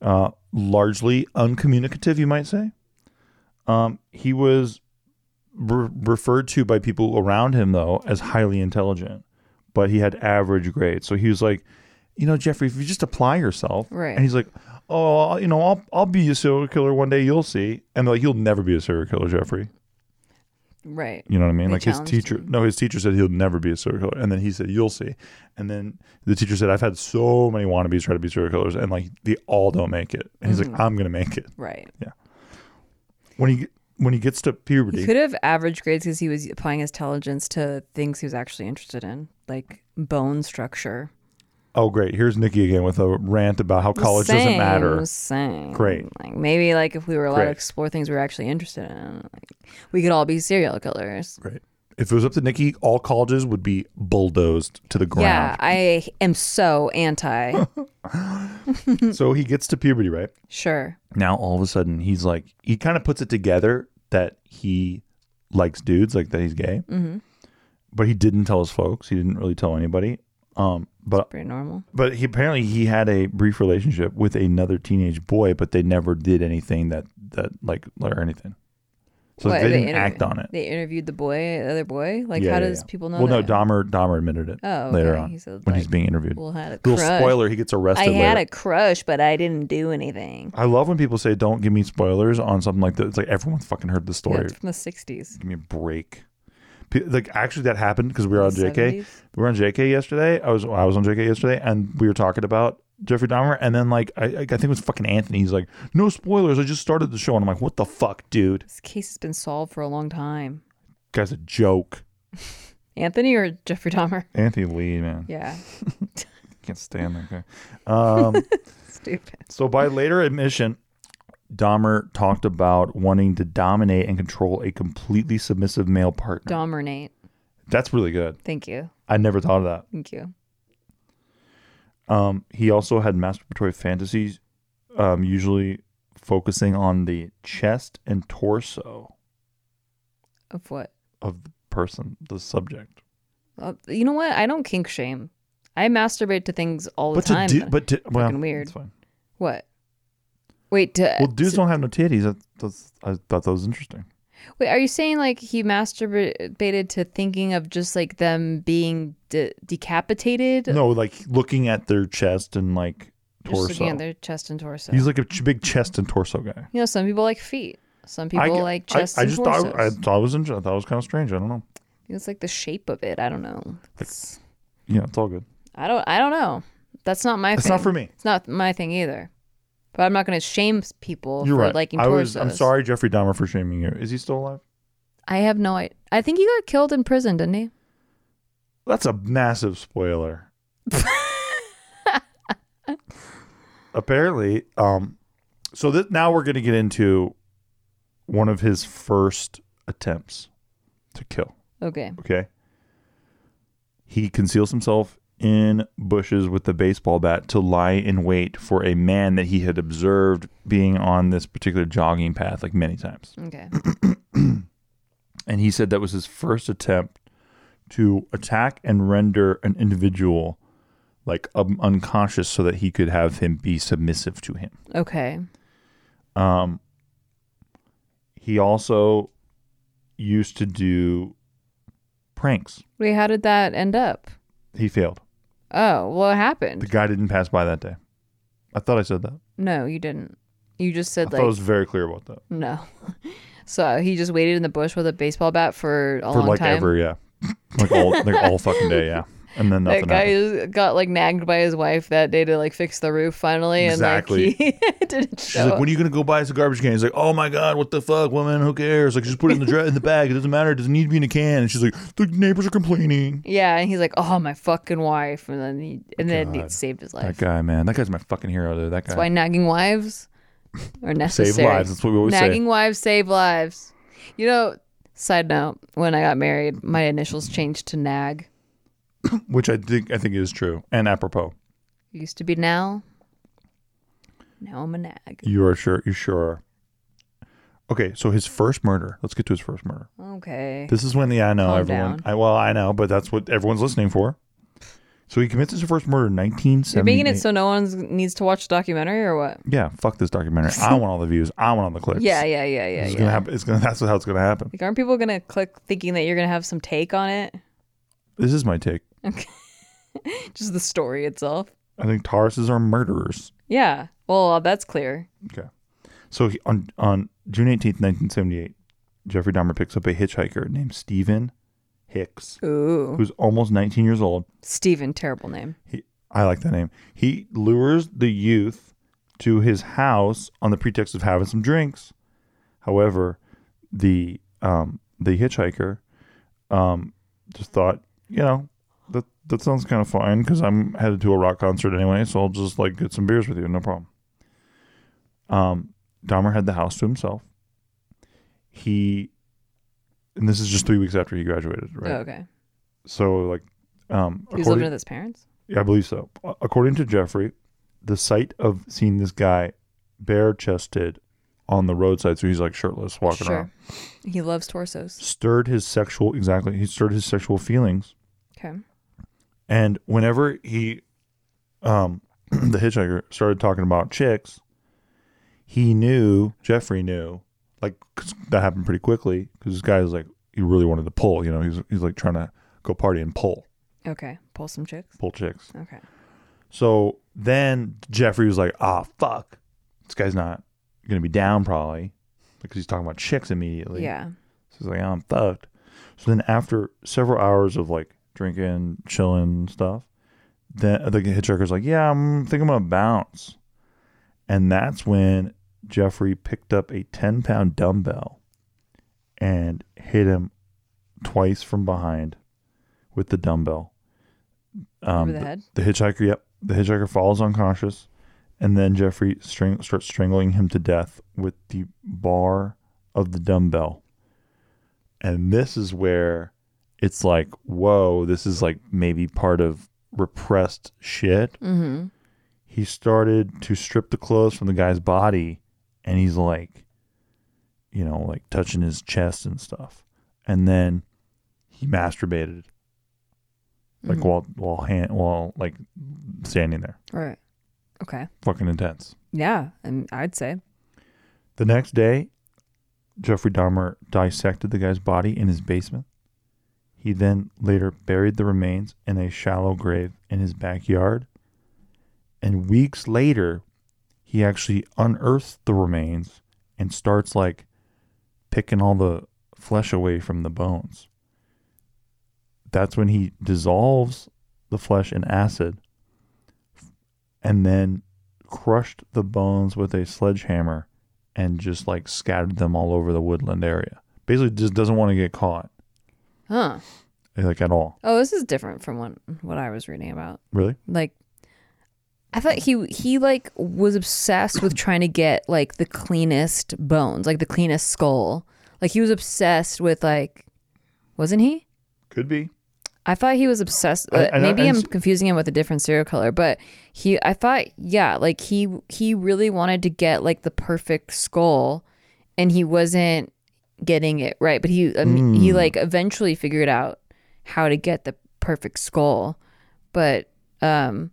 Speaker 1: Uh, largely uncommunicative, you might say. Um, he was re- referred to by people around him though as highly intelligent, but he had average grades. So he was like, you know, Jeffrey, if you just apply yourself,
Speaker 2: Right.
Speaker 1: And he's like, oh, you know, I'll I'll be a serial killer one day. You'll see. And they're like, you'll never be a serial killer, Jeffrey.
Speaker 2: Right.
Speaker 1: You know what I mean?
Speaker 2: They
Speaker 1: like his
Speaker 2: challenged
Speaker 1: teacher.
Speaker 2: him.
Speaker 1: No, his teacher said he'll never be a serial killer, and then he said you'll see. And then the teacher said I've had so many wannabes try to be serial killers, and like they all don't make it. And he's
Speaker 2: Mm-hmm.
Speaker 1: like, I'm gonna make it.
Speaker 2: Right.
Speaker 1: When he when he gets to
Speaker 2: He
Speaker 1: puberty,
Speaker 2: could have average grades because he was applying his intelligence to things he was actually interested in, like bone structure.
Speaker 1: oh great, here's Nikki again with a rant about how college doesn't
Speaker 2: Same,
Speaker 1: matter.
Speaker 2: Same.
Speaker 1: Great.
Speaker 2: Like maybe like if we were allowed to
Speaker 1: Great.
Speaker 2: explore things we were actually interested in, like, we could all be serial killers.
Speaker 1: Great. If it was up to Nikki, all colleges would be bulldozed to the
Speaker 2: Yeah,
Speaker 1: ground.
Speaker 2: I am so anti.
Speaker 1: so he gets to puberty, right?
Speaker 2: sure.
Speaker 1: now all of a sudden he's like he kind of puts it together that he likes dudes like that he's gay
Speaker 2: Mm-hmm.
Speaker 1: but he didn't tell his folks he didn't really tell anybody um but
Speaker 2: Pretty normal.
Speaker 1: but he apparently he had a brief relationship with another teenage boy but they never did anything that that like or anything so
Speaker 2: What,
Speaker 1: they
Speaker 2: they
Speaker 1: didn't
Speaker 2: interview-
Speaker 1: act on it
Speaker 2: They interviewed the boy, the other boy. Like,
Speaker 1: Yeah,
Speaker 2: how
Speaker 1: yeah,
Speaker 2: does
Speaker 1: yeah.
Speaker 2: people know?
Speaker 1: well
Speaker 2: that?
Speaker 1: no dahmer dahmer admitted it
Speaker 2: Oh, okay.
Speaker 1: later on
Speaker 2: He said,
Speaker 1: when
Speaker 2: like,
Speaker 1: he's being interviewed
Speaker 2: Well, had a
Speaker 1: little
Speaker 2: crush.
Speaker 1: spoiler he gets arrested
Speaker 2: I had
Speaker 1: later.
Speaker 2: a crush, but I didn't do anything.
Speaker 1: I love when people say don't give me spoilers on something like that it's like everyone's fucking heard the
Speaker 2: Yeah,
Speaker 1: story
Speaker 2: it's from the '60s.
Speaker 1: give me a break. P- Like actually, that happened because we were on
Speaker 2: The
Speaker 1: JK.
Speaker 2: 70s?
Speaker 1: We were on JK yesterday. I was I was on JK yesterday, and we were talking about Jeffrey Dahmer. And then like I, I think it was fucking Anthony. He's like, no spoilers. I just started the show, and I'm like, what the fuck, dude?
Speaker 2: This case has been solved for a long time.
Speaker 1: Guy's a joke.
Speaker 2: Anthony or Jeffrey Dahmer?
Speaker 1: Anthony Lee, man,
Speaker 2: Yeah,
Speaker 1: can't stand that guy. Um,
Speaker 2: stupid.
Speaker 1: so by later admission. Dahmer talked about wanting to dominate and control a completely submissive male partner.
Speaker 2: Dominate.
Speaker 1: That's really good.
Speaker 2: Thank you.
Speaker 1: I never thought of that.
Speaker 2: Thank you.
Speaker 1: Um, he also had masturbatory fantasies, um, usually focusing on the chest and torso
Speaker 2: Of what?
Speaker 1: of the person, the subject.
Speaker 2: Uh, you know what? I don't kink shame. I masturbate to things all the
Speaker 1: but
Speaker 2: time.
Speaker 1: to do, but to, well,
Speaker 2: Fucking weird. Uh,
Speaker 1: it's fine.
Speaker 2: what? Wait, to,
Speaker 1: Well, dudes don't have no titties. That, that's, I thought that was interesting.
Speaker 2: wait. Are you saying like he masturbated to thinking of just like them being de- decapitated?
Speaker 1: No, like looking at their chest and like
Speaker 2: just looking
Speaker 1: torso.
Speaker 2: at their chest and torso.
Speaker 1: He's like a ch- big chest and torso guy.
Speaker 2: You know, some people like feet. Some people
Speaker 1: I,
Speaker 2: like chest
Speaker 1: I, I
Speaker 2: and
Speaker 1: just
Speaker 2: torsos.
Speaker 1: thought I thought it was interesting. I thought it was kind of strange. I don't know.
Speaker 2: It's like the shape of it. I don't know. It's-
Speaker 1: Yeah, it's all good.
Speaker 2: I don't. I don't know. That's not my.
Speaker 1: It's
Speaker 2: thing.
Speaker 1: not for me.
Speaker 2: It's not my thing either. But I'm not going to shame people
Speaker 1: You're
Speaker 2: for
Speaker 1: right.
Speaker 2: liking
Speaker 1: I
Speaker 2: torsos.
Speaker 1: was. I'm sorry, Jeffrey Dahmer, for shaming you. Is he still alive?
Speaker 2: I have no. I, I think he got killed in prison, didn't he?
Speaker 1: That's a massive spoiler. Apparently, um, so that now we're going to get into one of his first attempts to kill.
Speaker 2: Okay.
Speaker 1: Okay, he conceals himself in bushes with a baseball bat to lie in wait for a man that he had observed being on this particular jogging path like many times,
Speaker 2: Okay.
Speaker 1: and he said that was his first attempt to attack and render an individual like um, unconscious so that he could have him be submissive to him.
Speaker 2: Okay.
Speaker 1: Um, he also used to do pranks.
Speaker 2: Wait, how did that end up?
Speaker 1: He failed.
Speaker 2: Oh, well, it
Speaker 1: The
Speaker 2: happened.
Speaker 1: guy didn't pass by that day. I thought I said that.
Speaker 2: No, you didn't. You
Speaker 1: I
Speaker 2: just said
Speaker 1: thought I
Speaker 2: like
Speaker 1: was very clear about that.
Speaker 2: no. so he just waited in the bush with a baseball bat for a
Speaker 1: For
Speaker 2: long
Speaker 1: like
Speaker 2: time.
Speaker 1: ever, yeah. Like all like all fucking day, yeah. and then nothing
Speaker 2: that guy
Speaker 1: happened.
Speaker 2: is- got like nagged by his wife that day to like fix the roof finally,
Speaker 1: Exactly.
Speaker 2: and like he didn't show
Speaker 1: She's like,
Speaker 2: up.
Speaker 1: when are you gonna go buy us a garbage can? He's like, oh my god, what the fuck, woman? Who cares? Like, just put it in the dra- in the bag. It doesn't matter. It doesn't need to be in a can. And she's like, the neighbors are complaining.
Speaker 2: yeah, and he's like, "Oh, my fucking wife," and then he,
Speaker 1: Oh
Speaker 2: and then it saved his
Speaker 1: That
Speaker 2: life.
Speaker 1: guy, man, that guy's my fucking hero. Dude. That guy.
Speaker 2: That's why nagging wives are necessary.
Speaker 1: Save lives. That's what we always
Speaker 2: nagging
Speaker 1: say.
Speaker 2: wives save lives. You know. Side note: When I got married, my initials changed to Nag.
Speaker 1: Which I think I think is true and apropos.
Speaker 2: It used to be now. Now I'm a Nag.
Speaker 1: You are sure. You sure are. Okay, so his first murder. Let's get to his first murder.
Speaker 2: Okay.
Speaker 1: This is when the I know
Speaker 2: Calm
Speaker 1: everyone.
Speaker 2: down.
Speaker 1: I, well, I know, but that's what everyone's listening for. So he commits his first murder in 1978.
Speaker 2: You're making it so no one needs to watch the documentary or what?
Speaker 1: yeah, fuck this documentary. I want all the views. I want all the clicks.
Speaker 2: Yeah, yeah, yeah, yeah.
Speaker 1: This is
Speaker 2: yeah.
Speaker 1: gonna happen. It's gonna. That's how it's gonna happen.
Speaker 2: Like, aren't people gonna click thinking that you're gonna have some take on it?
Speaker 1: This is my take.
Speaker 2: Just the story itself.
Speaker 1: I think Tauruses are murderers.
Speaker 2: Yeah. Well, uh, that's clear.
Speaker 1: Okay. So he, on on June 18th, 1978, Jeffrey Dahmer picks up a hitchhiker named Stephen Hicks,
Speaker 2: Ooh,
Speaker 1: who's almost 19 years old.
Speaker 2: Steven, terrible name.
Speaker 1: He, I like that name. He lures the youth to his house on the pretext of having some drinks. However, the um, the hitchhiker um, just thought, you know, that that sounds kind of fine because I'm headed to a rock concert anyway, so I'll just like get some beers with you, no problem. Um, Dahmer had the house to himself. He, and this is just three weeks after he graduated, right?
Speaker 2: Oh, okay.
Speaker 1: So like, um,
Speaker 2: He was
Speaker 1: according-
Speaker 2: living with his parents.
Speaker 1: I believe so. A- According to Jeffrey, the sight of seeing this guy bare chested on the roadside, so he's like shirtless walking
Speaker 2: Sure.
Speaker 1: around,
Speaker 2: He loves torsos.
Speaker 1: stirred his sexual exactly. He stirred his sexual feelings,
Speaker 2: Okay.
Speaker 1: and whenever he, um, the hitchhiker started talking about chicks, he knew Jeffrey knew like 'cause that happened pretty quickly because this guy was like he really wanted to pull. You know, he's he's like trying to go party and pull
Speaker 2: Okay. Pull some chicks.
Speaker 1: pull chicks.
Speaker 2: Okay.
Speaker 1: So then Jeffrey was like, ah, fuck. This guy's not going to be down probably because he's talking about chicks immediately.
Speaker 2: Yeah.
Speaker 1: So he's like, I'm fucked. So then after several hours of like drinking, chilling and stuff, then the hitchhiker's like, yeah, I'm think I'm going to bounce. And that's when Jeffrey picked up a 10 pound dumbbell and hit him twice from behind with the dumbbell. Um,
Speaker 2: Over the head.
Speaker 1: The hitchhiker, yep. The hitchhiker falls unconscious, and then Jeffrey string, starts strangling him to death with the bar of the dumbbell. And this is where it's like, whoa, this is like maybe part of repressed shit.
Speaker 2: Mm-hmm.
Speaker 1: He started to strip the clothes from the guy's body, and he's like, you know, like touching his chest and stuff. And then he masturbated, like
Speaker 2: Mhm.
Speaker 1: while while hand while like standing there
Speaker 2: All right. Okay.
Speaker 1: fucking intense.
Speaker 2: Yeah, and I'd say
Speaker 1: The next day, Jeffrey Dahmer dissected the guy's body in his basement. He then later buried the remains in a shallow grave in his backyard. And weeks later, he actually unearths the remains and starts like picking all the flesh away from the bones. That's when he dissolves the flesh in acid and then crushed the bones with a sledgehammer and just like scattered them all over the woodland area. Basically, just doesn't want to get caught
Speaker 2: Huh.
Speaker 1: like at all.
Speaker 2: Oh, this is different from what what I was reading about.
Speaker 1: Really?
Speaker 2: Like I thought he he like was obsessed with trying to get like the cleanest bones, like the cleanest skull. Like he was obsessed with like wasn't he?
Speaker 1: Could be.
Speaker 2: I thought he was obsessed.
Speaker 1: I-
Speaker 2: uh,
Speaker 1: I-
Speaker 2: maybe
Speaker 1: I-
Speaker 2: I'm confusing him with a different serial killer, but he, I thought, yeah, like he, he really wanted to get like the perfect skull, and he wasn't getting it right. But he, I
Speaker 1: Hmm.
Speaker 2: mean, he like eventually figured out how to get the perfect skull, but um,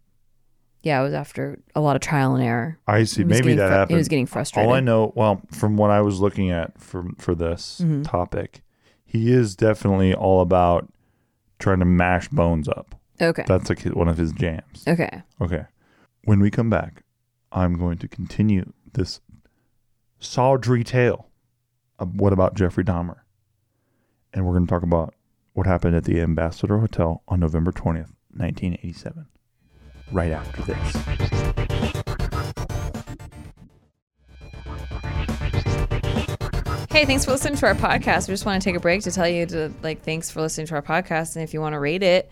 Speaker 2: yeah, it was after a lot of trial and error.
Speaker 1: I see.
Speaker 2: He was
Speaker 1: Maybe
Speaker 2: getting
Speaker 1: that
Speaker 2: fru-
Speaker 1: happened.
Speaker 2: He was getting frustrated.
Speaker 1: All I know, well, from what I was looking at from for this
Speaker 2: Mm-hmm.
Speaker 1: topic, he is definitely all about trying to mash bones up.
Speaker 2: okay,
Speaker 1: That's like his- one of his jams.
Speaker 2: okay,
Speaker 1: Okay. When we come back, I'm going to continue this tawdry tale of what about Jeffrey Dahmer. And we're going to talk about what happened at the Ambassador Hotel on November 20th, 1987. Right after this.
Speaker 2: Hey, thanks for listening to our podcast. We just want to take a break to tell you to like thanks for listening to our podcast, and if you want to rate it,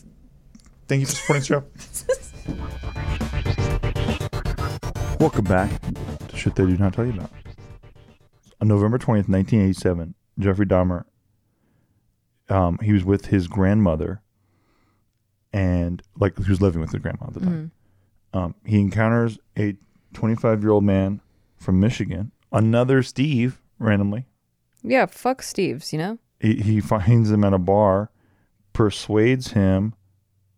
Speaker 1: Thank you for supporting the show. Welcome back to Shit They Do Not Tell You About. On November 20th, 1987, Jeffrey Dahmer, um, he was with his grandmother and, like, he was living with his grandma at the time. Um, he encounters a 25 year old man from Michigan, another Steve, randomly.
Speaker 2: Yeah, fuck Steve's, you know?
Speaker 1: He, he finds him at a bar, persuades him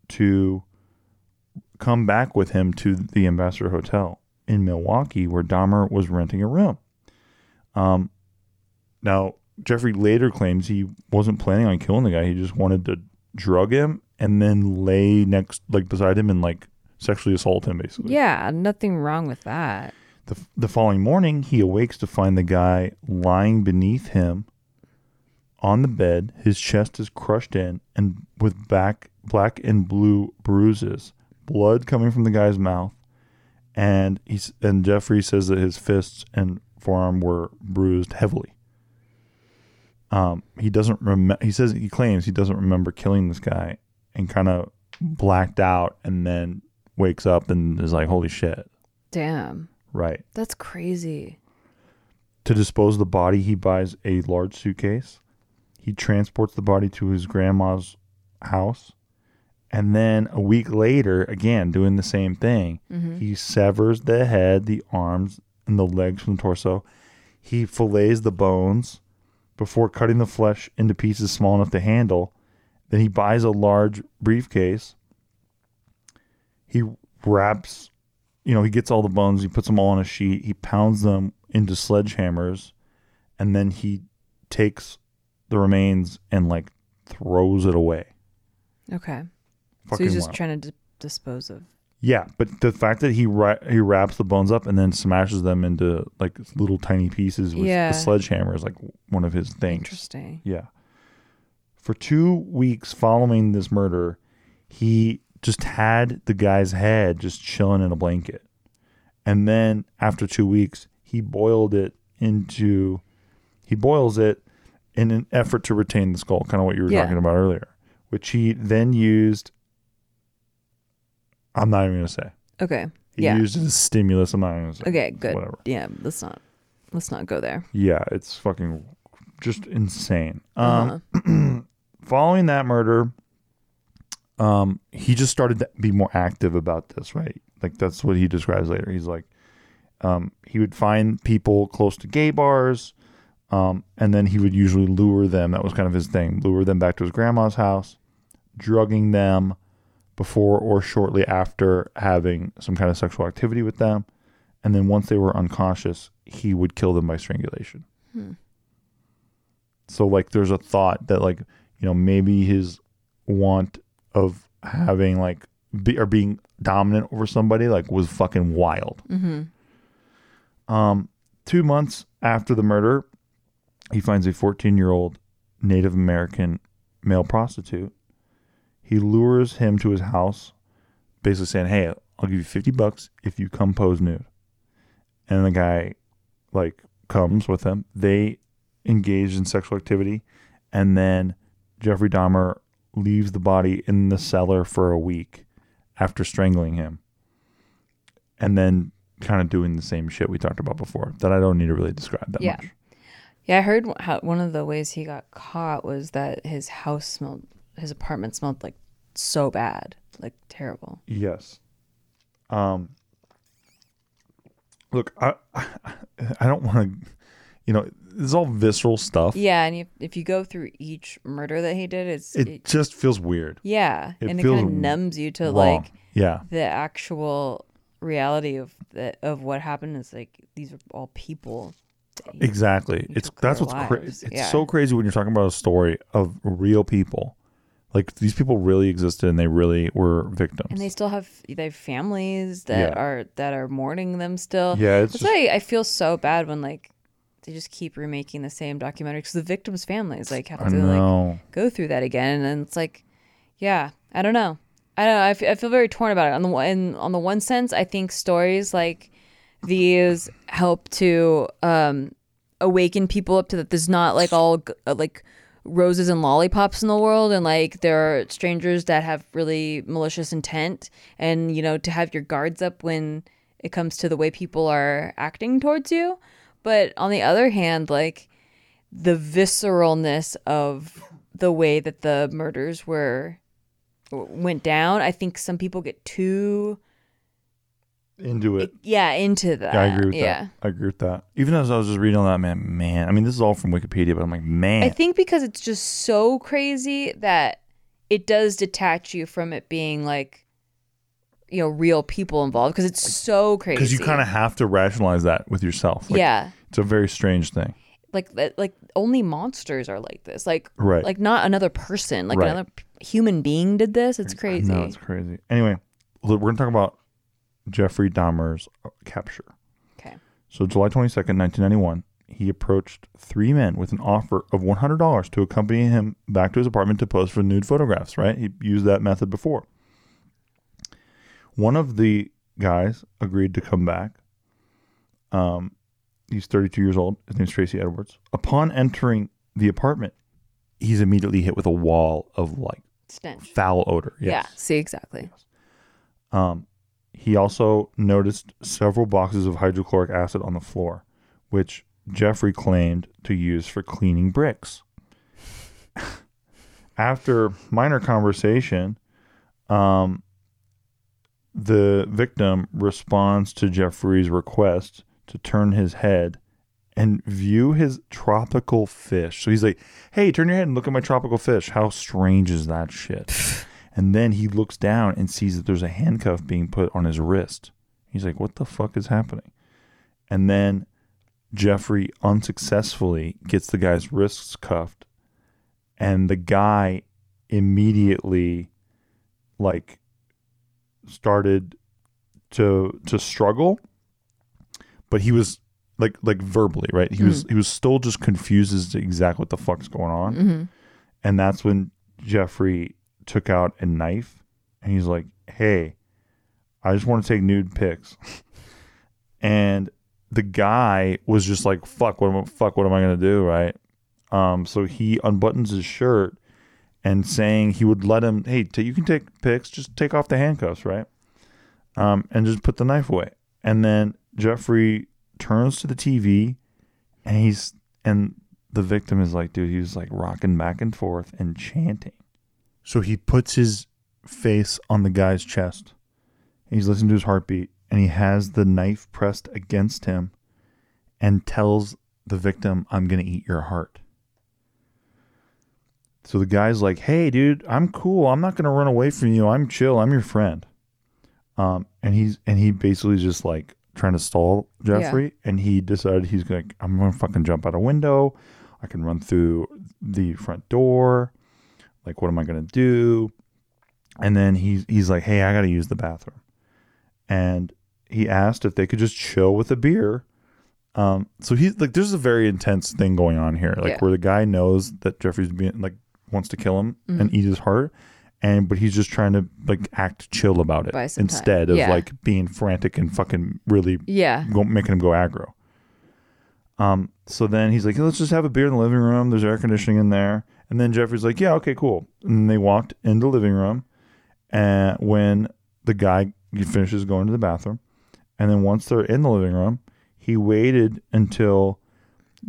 Speaker 1: to come back with him to the Ambassador Hotel in Milwaukee, where Dahmer was renting a room. Um, now, Jeffrey later claims he wasn't planning on killing the guy. He just wanted to drug him and then lay next, like beside him, and like sexually assault him, basically.
Speaker 2: Yeah, nothing wrong with that.
Speaker 1: The, the following morning, he awakes to find the guy lying beneath him on the bed. His chest is crushed in and with back, black and blue bruises, blood coming from the guy's mouth. And he's, and Jeffrey says that his fists and forearm were bruised heavily. Um, he doesn't remember. He says he claims he doesn't remember killing this guy, and kind of blacked out, and then wakes up and is like, "Holy shit!"
Speaker 2: Damn.
Speaker 1: Right.
Speaker 2: That's crazy.
Speaker 1: To dispose of the body, he buys a large suitcase. He transports the body to his grandma's house. And then a week later, again, doing the same thing, he severs the head, the arms, and the legs from the torso. He fillets the bones before cutting the flesh into pieces small enough to handle. Then he buys a large briefcase. He wraps you know, he gets all the bones, he puts them all on a sheet, he pounds them into sledgehammers, and then he takes the remains and like throws it away.
Speaker 2: Okay. so
Speaker 1: Fucking
Speaker 2: he's just
Speaker 1: wild.
Speaker 2: trying to d- dispose of.
Speaker 1: yeah, but the fact that he ra- he wraps the bones up and then smashes them into like little tiny pieces with the
Speaker 2: Yeah.
Speaker 1: sledgehammer is like one of his things.
Speaker 2: Interesting.
Speaker 1: Yeah. For two weeks following this murder, he just had the guy's head just chilling in a blanket. And then after two weeks, he boiled it into, he boils it in an effort to retain the skull, kind of what you were
Speaker 2: Yeah.
Speaker 1: talking about earlier, which he then used. I'm not even going to say.
Speaker 2: Okay.
Speaker 1: He
Speaker 2: yeah.
Speaker 1: used it as stimulus. I'm not even going to say.
Speaker 2: okay, good.
Speaker 1: Whatever.
Speaker 2: Yeah, let's not let's not go there.
Speaker 1: Yeah, it's fucking just insane. Um,
Speaker 2: Uh-huh.
Speaker 1: following that murder, um, he just started to be more active about this, right? Like that's what he describes later. He's like, um, he would find people close to gay bars, um, and then he would usually lure them. That was kind of his thing: lure them back to his grandma's house, drugging them before or shortly after having some kind of sexual activity with them, and then once they were unconscious, he would kill them by strangulation. So like there's a thought that like, you know, maybe his want of having like be, or being dominant over somebody like was fucking wild. Um 2 months after the murder, he finds a 14-year-old Native American male prostitute. He lures him to his house basically saying, "Hey, I'll give you 50 bucks if you come pose nude." And the guy like comes with him. They engaged in sexual activity, and then Jeffrey Dahmer leaves the body in the cellar for a week after strangling him, and then kind of doing the same shit we talked about before that I don't need to really describe that
Speaker 2: Yeah.
Speaker 1: much.
Speaker 2: Yeah, I heard wh- how, one of the ways he got caught was that his house smelled, his apartment smelled like so bad, like terrible.
Speaker 1: Yes. Um. Look, I I don't want to. You know, this is all visceral stuff.
Speaker 2: Yeah, and if, if you go through each murder that he did, it's
Speaker 1: It,
Speaker 2: it,
Speaker 1: just feels weird.
Speaker 2: yeah,
Speaker 1: it
Speaker 2: and it
Speaker 1: feels
Speaker 2: kind of numbs you to
Speaker 1: Wrong.
Speaker 2: like
Speaker 1: yeah.
Speaker 2: the actual reality of the of what happened. Is like these are all people. that he-
Speaker 1: Exactly. It's
Speaker 2: took
Speaker 1: that's
Speaker 2: their
Speaker 1: what's crazy.
Speaker 2: lives.
Speaker 1: It's
Speaker 2: Yeah.
Speaker 1: so crazy when you're talking about a story of real people. Like these people really existed and they really were victims.
Speaker 2: and they still have they have families that
Speaker 1: Yeah.
Speaker 2: are that are mourning them still.
Speaker 1: Yeah, it's
Speaker 2: that's
Speaker 1: just-
Speaker 2: why I feel so bad when like they just keep remaking the same documentary because the victims' families like have
Speaker 1: I
Speaker 2: to like
Speaker 1: know.
Speaker 2: go through that again and then it's like yeah i don't know i don't know I f- I feel very torn about it on the one and on the one sense i think stories like these help to um awaken people up to that there's not like all g- uh, like roses and lollipops in the world and like there are strangers that have really malicious intent and you know to have your guards up when it comes to the way people are acting towards you but on the other hand like the visceralness of the way that the murders were went down. I think some people get too
Speaker 1: into it.
Speaker 2: yeah into that.
Speaker 1: Yeah, I agree with
Speaker 2: yeah.
Speaker 1: that. I agree with that. Even as I was just reading all that, man, man. I mean, this is all from Wikipedia, but I'm like, man,
Speaker 2: I think because it's just so crazy that it does detach you from it being like you know real people involved because it's so crazy.
Speaker 1: because you kind of have to rationalize that with yourself. Like,
Speaker 2: yeah.
Speaker 1: it's a very strange thing.
Speaker 2: like that like only monsters are like this like
Speaker 1: Right.
Speaker 2: like not another person like
Speaker 1: Right.
Speaker 2: another p- human being did this it's crazy
Speaker 1: No, it's crazy. Anyway, look, we're gonna talk about Jeffrey Dahmer's uh, capture.
Speaker 2: okay
Speaker 1: So, July 22nd, 1991, he approached three men with an offer of $100 to accompany him back to his apartment to pose for nude photographs, right? He used that method before. One of the guys agreed to come back. Um, he's 32 years old. His name's Tracy Edwards. Upon entering the apartment, he's immediately hit with a wall of like
Speaker 2: stench
Speaker 1: foul odor.
Speaker 2: yeah
Speaker 1: Yes.
Speaker 2: see exactly
Speaker 1: Um, he also noticed several boxes of hydrochloric acid on the floor, which Jeffrey claimed to use for cleaning bricks. After minor conversation, um, the victim responds to Jeffrey's request to turn his head and view his tropical fish. So he's like, "Hey, turn your head and look at my tropical fish. How strange is that shit?" and then he looks down and sees that there's a handcuff being put on his wrist. He's like, "What the fuck is happening?" And then Jeffrey unsuccessfully gets the guy's wrists cuffed, and the guy immediately, like, started to to struggle, but he was like like verbally right. He was he was still just confused as to exactly what the fuck's going on, and that's when Jeffrey took out a knife, and he's like, "Hey, I just want to take nude pics," and the guy was just like, "Fuck, what am I, fuck, what am I gonna do?" Right. Um. So he unbuttons his shirt and saying he would let him. Hey, t- you can take pics. Just take off the handcuffs, right? Um. And just put the knife away. And then Jeffrey turns to the TV, and he's and the victim is like, dude, he was like rocking back and forth and chanting. So he puts his face on the guy's chest. He's listening to his heartbeat and he has the knife pressed against him and tells the victim, I'm going to eat your heart. So the guy's like, hey, dude, I'm cool. I'm not going to run away from you. I'm chill. I'm your friend. Um, and he's and he basically is just like trying to stall Jeffrey, and he decided he's like, I'm gonna fucking jump out a window. I can run through the front door. Like, what am I gonna do? And then he's he's like, Hey, I gotta use the bathroom. And he asked if they could just chill with a beer. Um, so he's like, there's a very intense thing going on here, like
Speaker 2: Yeah.
Speaker 1: where the guy knows that Jeffrey's being like wants to kill him
Speaker 2: Mm-hmm.
Speaker 1: and eat his heart, and but he's just trying to like act chill about it
Speaker 2: Buy some time.
Speaker 1: instead of
Speaker 2: Yeah.
Speaker 1: like being frantic and fucking really
Speaker 2: yeah
Speaker 1: go, making him go aggro. Um, so then he's like, let's just have a beer in the living room. There's air conditioning in there. And then Jeffrey's like, yeah, okay, cool. And they walked in the living room. And when the guy finishes going to the bathroom, and then once they're in the living room, he waited until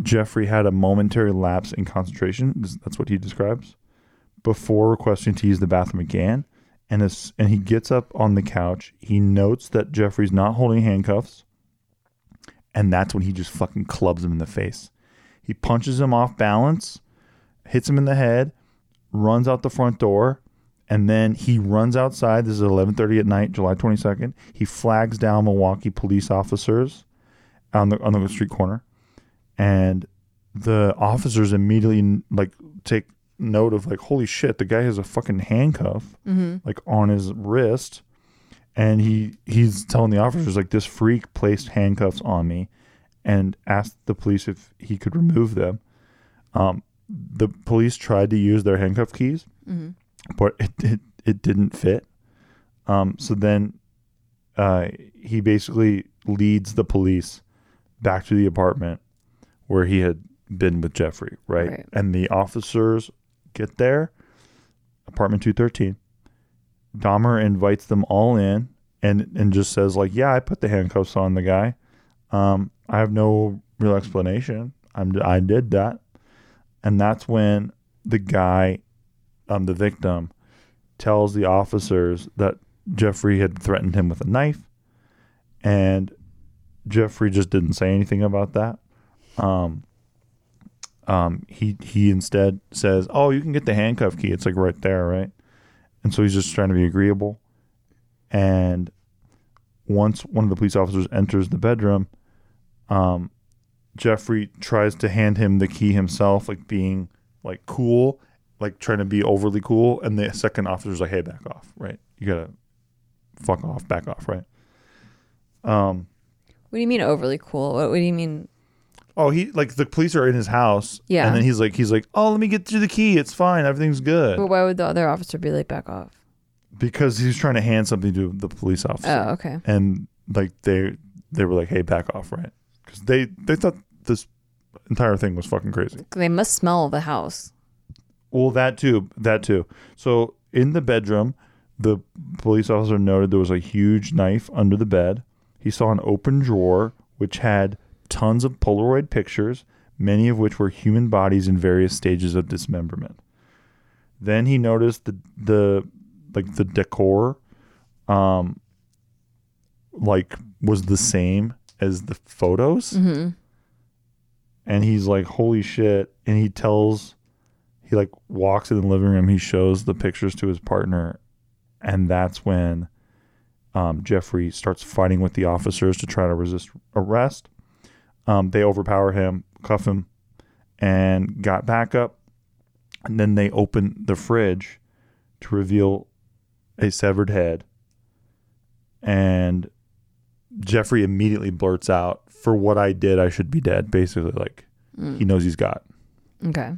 Speaker 1: Jeffrey had a momentary lapse in concentration. This- That's what he describes before requesting to use the bathroom again. And, as, and he gets up on the couch. He notes that Jeffrey's not holding handcuffs and that's when he just fucking clubs him in the face. He punches him off balance, hits him in the head, runs out the front door, and then he runs outside. This is 11:30 at night, July 22nd. He flags down Milwaukee police officers on the on the street corner, and the officers immediately like take note of like, holy shit, the guy has a fucking handcuff like on his wrist and he he's telling the officers like this freak placed handcuffs on me and asked the police if he could remove them um, the police tried to use their handcuff keys but it, it it didn't fit um, so then uh, he basically leads the police back to the apartment where he had been with Jeffrey right.
Speaker 2: Right.
Speaker 1: and the officers get there apartment 213 Dahmer invites them all in and and just says like, "Yeah, I put the handcuffs on the guy. Um, I have no real explanation. I'm I did that." And that's when the guy, um, the victim, tells the officers that Jeffrey had threatened him with a knife, and Jeffrey just didn't say anything about that. Um, um, he he instead says, "Oh, you can get the handcuff key. It's like right there, right?" And so he's just trying to be agreeable. And once one of the police officers enters the bedroom, um, Jeffrey tries to hand him the key himself, like being like cool, like trying to be overly cool. And the second officer's like, hey, back off, right? You gotta fuck off, back off, right? Um,
Speaker 2: What do you mean overly cool? What, what do you mean?
Speaker 1: oh, he like the police are in his house,
Speaker 2: Yeah.
Speaker 1: And then he's like, he's like, oh, let me get you the key. It's fine, everything's good,
Speaker 2: But why would the other officer be like, back off?
Speaker 1: because he's trying to hand something to the police officer.
Speaker 2: Oh, okay.
Speaker 1: and like they they were like, "Hey, back off!" Right? Because they they thought this entire thing was fucking crazy.
Speaker 2: They must smell the house.
Speaker 1: Well, that too, that too. So in the bedroom, the police officer noted there was a huge knife under the bed. He saw an open drawer which had tons of Polaroid pictures, many of which were human bodies in various stages of dismemberment. Then he noticed the the like the decor um like was the same as the photos.
Speaker 2: Mm-hmm.
Speaker 1: And he's like, "Holy shit." And he tells he like walks in the living room, he shows the pictures to his partner, and that's when um, Jeffrey starts fighting with the officers to try to resist arrest. Um, they overpower him, cuff him, and got back up. And then they open the fridge to reveal a severed head. And Jeffrey immediately blurts out, For what I did, I should be dead. Basically, like
Speaker 2: Mm.
Speaker 1: he knows he's got.
Speaker 2: Okay.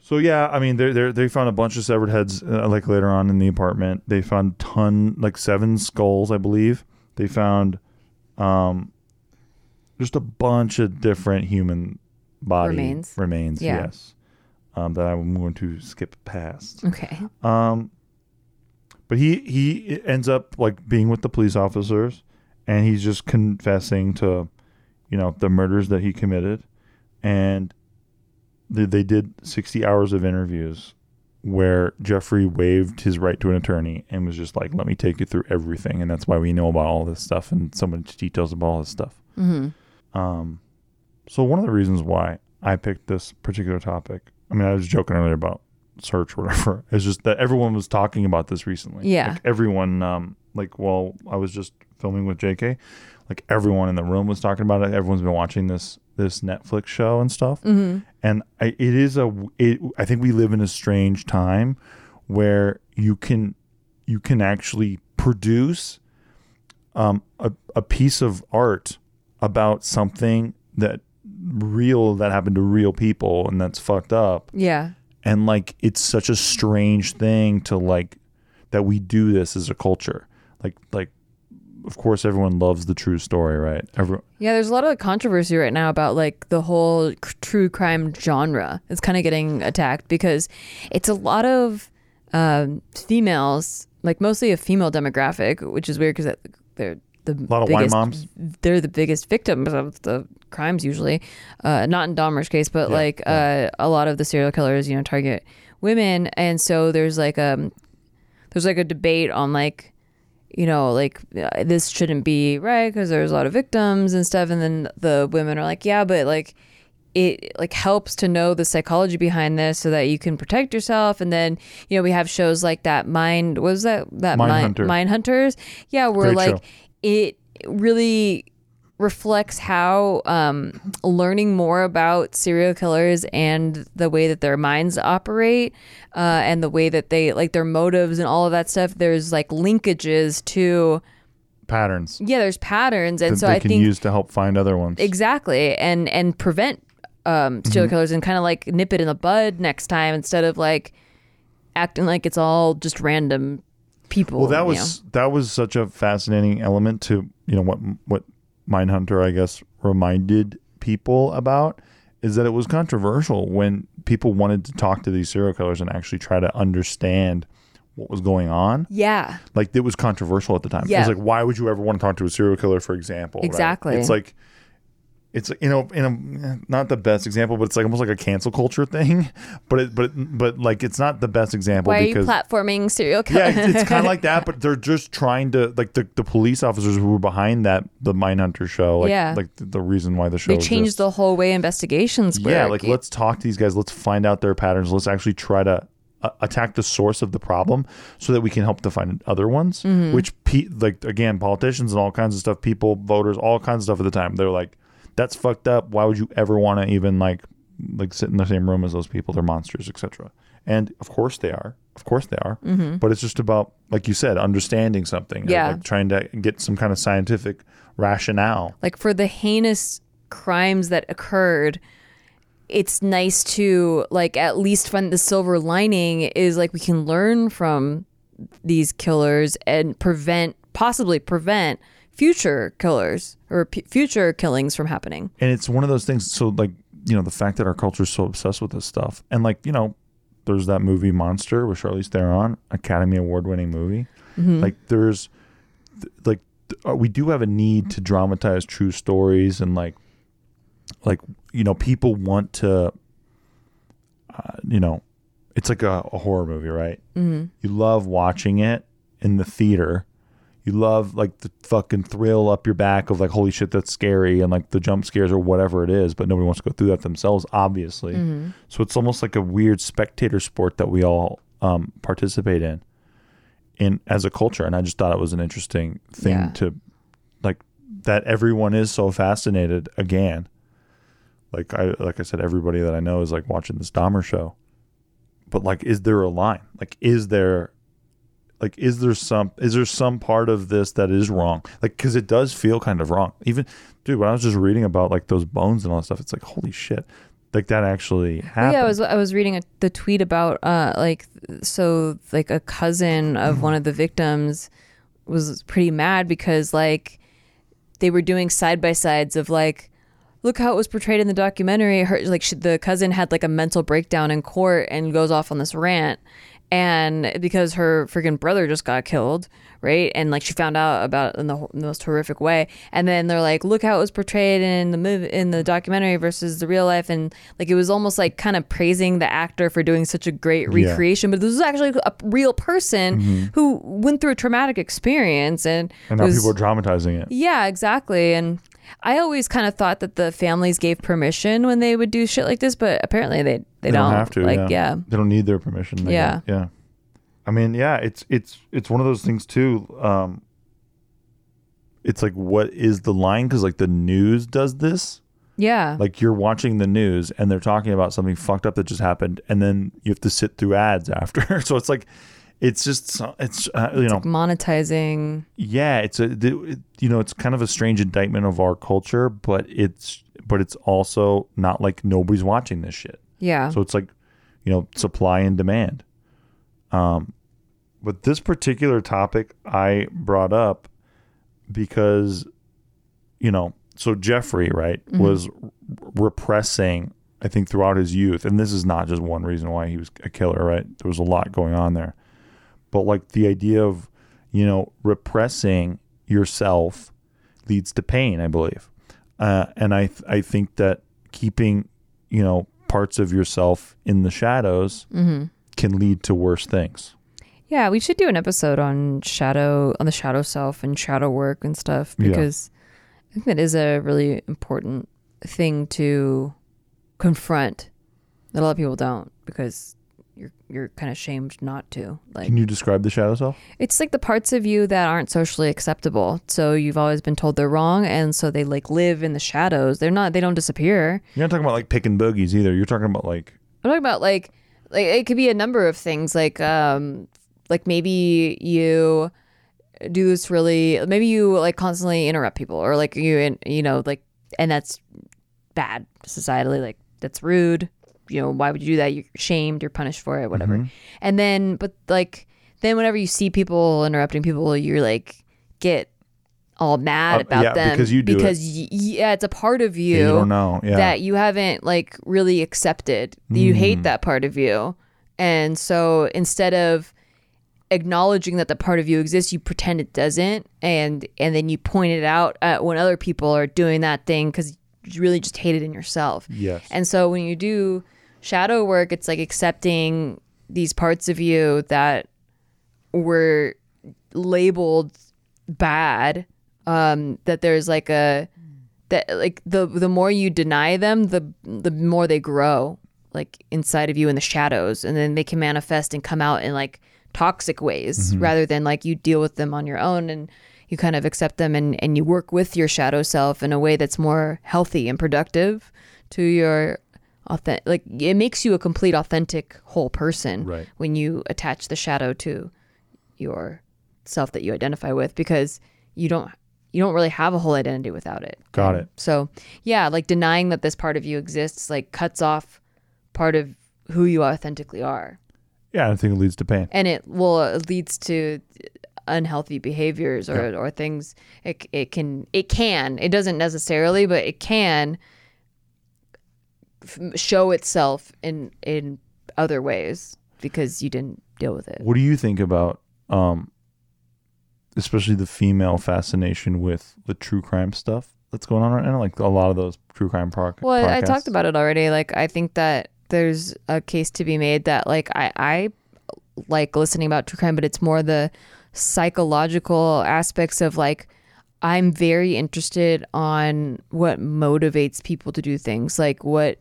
Speaker 1: So yeah, I mean, they they they found a bunch of severed heads uh, like later on in the apartment. They found ton like seven skulls, I believe. They found um just a bunch of different human body
Speaker 2: Remains.
Speaker 1: Remains,
Speaker 2: Yeah.
Speaker 1: yes. Um, that I'm going to skip past.
Speaker 2: Okay.
Speaker 1: Um, but he he ends up like being with the police officers, and he's just confessing to, you know, the murders that he committed, and they, they did sixty hours of interviews where Jeffrey waived his right to an attorney and was just like, "Let me take you through everything," and that's why we know about all this stuff and so much details about all this stuff.
Speaker 2: Mm-hmm.
Speaker 1: Um, so one of the reasons why I picked this particular topic, I mean, I was joking earlier about search or whatever. It's just that everyone was talking about this recently.
Speaker 2: Yeah.
Speaker 1: Like everyone, um, like while I was just filming with JK, like everyone in the room was talking about it. Everyone's been watching this this Netflix show and stuff. And I, it is a, it, I think we live in a strange time where you can, you can actually produce um, a, a piece of art about something that real that happened to real people and that's fucked up
Speaker 2: Yeah.
Speaker 1: and like it's such a strange thing to like that we do this as a culture like like of course everyone loves the true story right Every,
Speaker 2: Yeah, there's a lot of controversy right now about like the whole c- true crime genre. It's kind of getting attacked because it's a lot of um, females, like mostly a female demographic, which is weird because they're the
Speaker 1: a lot of white
Speaker 2: biggest,
Speaker 1: moms
Speaker 2: They're the biggest victims of the crimes usually. Uh, not in Dahmer's case, but
Speaker 1: Yeah,
Speaker 2: like Uh, a lot of the serial killers, you know, target women, and so there's like um, there's like a debate on like you know, like uh, this shouldn't be right because there's a lot of victims and stuff. And then the women are like, yeah, but like it like helps to know the psychology behind this so that you can protect yourself and then you know we have shows like that mind what was that that
Speaker 1: Mindhunter.
Speaker 2: mind hunters yeah where
Speaker 1: Great
Speaker 2: like
Speaker 1: show.
Speaker 2: it really reflects how um, learning more about serial killers and the way that their minds operate uh, and the way that they like their motives and all of that stuff there's like linkages to
Speaker 1: patterns
Speaker 2: yeah there's patterns and
Speaker 1: that
Speaker 2: so
Speaker 1: they
Speaker 2: i
Speaker 1: can
Speaker 2: think
Speaker 1: use to help find other ones.
Speaker 2: exactly and and prevent um serial
Speaker 1: Mm-hmm.
Speaker 2: killers and kind of like nip it in the bud next time instead of like acting like it's all just random people
Speaker 1: Well, that
Speaker 2: you
Speaker 1: was that was such a fascinating element to you know what what Mindhunter I guess reminded people about is that it was controversial when people wanted to talk to these serial killers and actually try to understand what was going on.
Speaker 2: know? yeah
Speaker 1: Like it was controversial at the time.
Speaker 2: Yeah.
Speaker 1: It was like why would you ever want to talk to a serial killer for example? right?
Speaker 2: Exactly.
Speaker 1: It's like it's you know in a not the best example, but it's like almost like a cancel culture thing. But it, but but like it's not the best example
Speaker 2: why are you
Speaker 1: because
Speaker 2: platforming serial
Speaker 1: yeah,
Speaker 2: killers
Speaker 1: it's, it's kind of like that, but they're just trying to like the, the police officers who were behind that the Mindhunter show. Like,
Speaker 2: Yeah.
Speaker 1: like the, the reason why the show
Speaker 2: they changed
Speaker 1: exists.
Speaker 2: the whole way investigations work
Speaker 1: yeah. Like let's talk to these guys. Let's find out their patterns. Let's actually try to uh, attack the source of the problem so that we can help define other ones. Which pe- like again, politicians and all kinds of stuff, people, voters, all kinds of stuff at the time. They're like, that's fucked up. Why would you ever want to even like like sit in the same room as those people? They're monsters, etc. And of course they are. Of course they are. But it's just about, like you said, understanding something.
Speaker 2: Yeah.
Speaker 1: Like trying to get some kind of scientific rationale.
Speaker 2: like for the heinous crimes that occurred it's nice to like at least find the silver lining is like we can learn from these killers and prevent possibly prevent future killers or p- future killings from happening
Speaker 1: and it's one of those things so like you know the fact that our culture is so obsessed with this stuff and like you know there's that movie monster with charlize theron academy award winning movie like there's th- like th- uh, we do have a need to dramatize true stories and like like you know people want to uh, you know it's like a, a horror movie right mm-hmm. you love watching it in the theater you love like the fucking thrill up your back of like holy shit that's scary and like the jump scares or whatever it is but nobody wants to go through that themselves obviously so it's almost like a weird spectator sport that we all um, participate in in as a culture and i just thought it was an interesting thing
Speaker 2: Yeah.
Speaker 1: to like that everyone is so fascinated again like i like i said everybody that i know is like watching this dahmer show but like is there a line like is there like is there some is there some part of this that is wrong like because it does feel kind of wrong even dude when i was just reading about like those bones and all that stuff it's like holy shit like that actually happened
Speaker 2: yeah i was i was reading a, the tweet about uh like so like a cousin of one of the victims was pretty mad because like they were doing side by sides of like look how it was portrayed in the documentary her like she, the cousin had like a mental breakdown in court and goes off on this rant and because her freaking brother just got killed right and like she found out about it in the, ho- in the most horrific way and then they're like look how it was portrayed in the movie in the documentary versus the real life and like it was almost like kind of praising the actor for doing such a great
Speaker 1: Yeah. Mm-hmm.
Speaker 2: recreation but this was actually a real person who went through a traumatic experience and,
Speaker 1: and now
Speaker 2: was-
Speaker 1: people are dramatizing it
Speaker 2: yeah, exactly. And I always kind of thought that the families gave permission when they would do shit like this, but apparently they
Speaker 1: they
Speaker 2: they,
Speaker 1: don't, have to
Speaker 2: Like, yeah.
Speaker 1: they don't need their permission They
Speaker 2: Yeah.
Speaker 1: don't- yeah i mean yeah it's it's it's one of those things too um it's like what is the line because like the news does this
Speaker 2: yeah,
Speaker 1: like you're watching the news and they're talking about something fucked up that just happened and then you have to sit through ads after so it's like it's just so- it's uh, you know
Speaker 2: monetizing.
Speaker 1: yeah it's a it- you know it's kind of a strange indictment of our culture but it's but it's also not like nobody's watching this shit
Speaker 2: Yeah,
Speaker 1: so it's like, you know, supply and demand. Um, but this particular topic I brought up because, you know, so Jeffrey, right, was r- repressing, I think, throughout his youth. And this is not just one reason why he was a killer, right? There was a lot going on there. But like the idea of, you know, repressing yourself leads to pain, I believe. Uh, and I, th- I think that keeping, you know, parts of yourself in the shadows
Speaker 2: Mm-hmm.
Speaker 1: can lead to worse things.
Speaker 2: yeah. We should do an episode on shadow on the shadow self and shadow work and stuff
Speaker 1: Yeah.
Speaker 2: because I think that is a really important thing to confront that a lot of people don't because you're you're kind of shamed not to. Like
Speaker 1: Can you describe the shadow self?
Speaker 2: it's like the parts of you that aren't socially acceptable. So you've always been told they're wrong and so they like live in the shadows. They're not they don't disappear.
Speaker 1: You're not talking about like picking boogies either. You're talking about like
Speaker 2: I'm talking about like like it could be a number of things like um like maybe you do this really maybe you like constantly interrupt people or like you and you know like and that's bad societally like that's rude you know why would you do that you're shamed you're punished for it whatever
Speaker 1: Mm-hmm.
Speaker 2: and then but like then whenever you see people interrupting people you're like get all mad
Speaker 1: Uh,
Speaker 2: about
Speaker 1: yeah,
Speaker 2: them
Speaker 1: because you do it.
Speaker 2: because y- yeah it's a part of you
Speaker 1: you don't know. Yeah.
Speaker 2: that you haven't like really accepted. You
Speaker 1: Mm.
Speaker 2: hate that part of you. And so instead of acknowledging that the part of you exists, you pretend it doesn't and and then you point it out at when other people are doing that thing cuz you really just hate it in yourself.
Speaker 1: Yes.
Speaker 2: And so when you do shadow work, it's like accepting these parts of you that were labeled bad um that there's like a that like the the more you deny them the the more they grow like inside of you in the shadows and then they can manifest and come out in like toxic ways rather than like you deal with them on your own and you kind of accept them and and you work with your shadow self in a way that's more healthy and productive to your authentic like it makes you a complete authentic whole person
Speaker 1: Right.
Speaker 2: when you attach the shadow to your self that you identify with because you don't you don't really have a whole identity without it. Um,
Speaker 1: Got it.
Speaker 2: So yeah, like denying that this part of you exists like cuts off part of who you authentically are,
Speaker 1: yeah, I think it leads to pain.
Speaker 2: and it will it leads to unhealthy behaviors or, or things. It it can it can it doesn't necessarily, but it can f- show itself in in other ways because you didn't deal with it.
Speaker 1: What do you think about um especially the female fascination with the true crime stuff that's going on right now? Like a lot of those true crime proc-
Speaker 2: Well, I
Speaker 1: podcasts.
Speaker 2: talked about it already. Like, I think that there's a case to be made that, like, I, I like listening about true crime, but it's more the psychological aspects of, like, I'm very interested on what motivates people to do things. Like, what,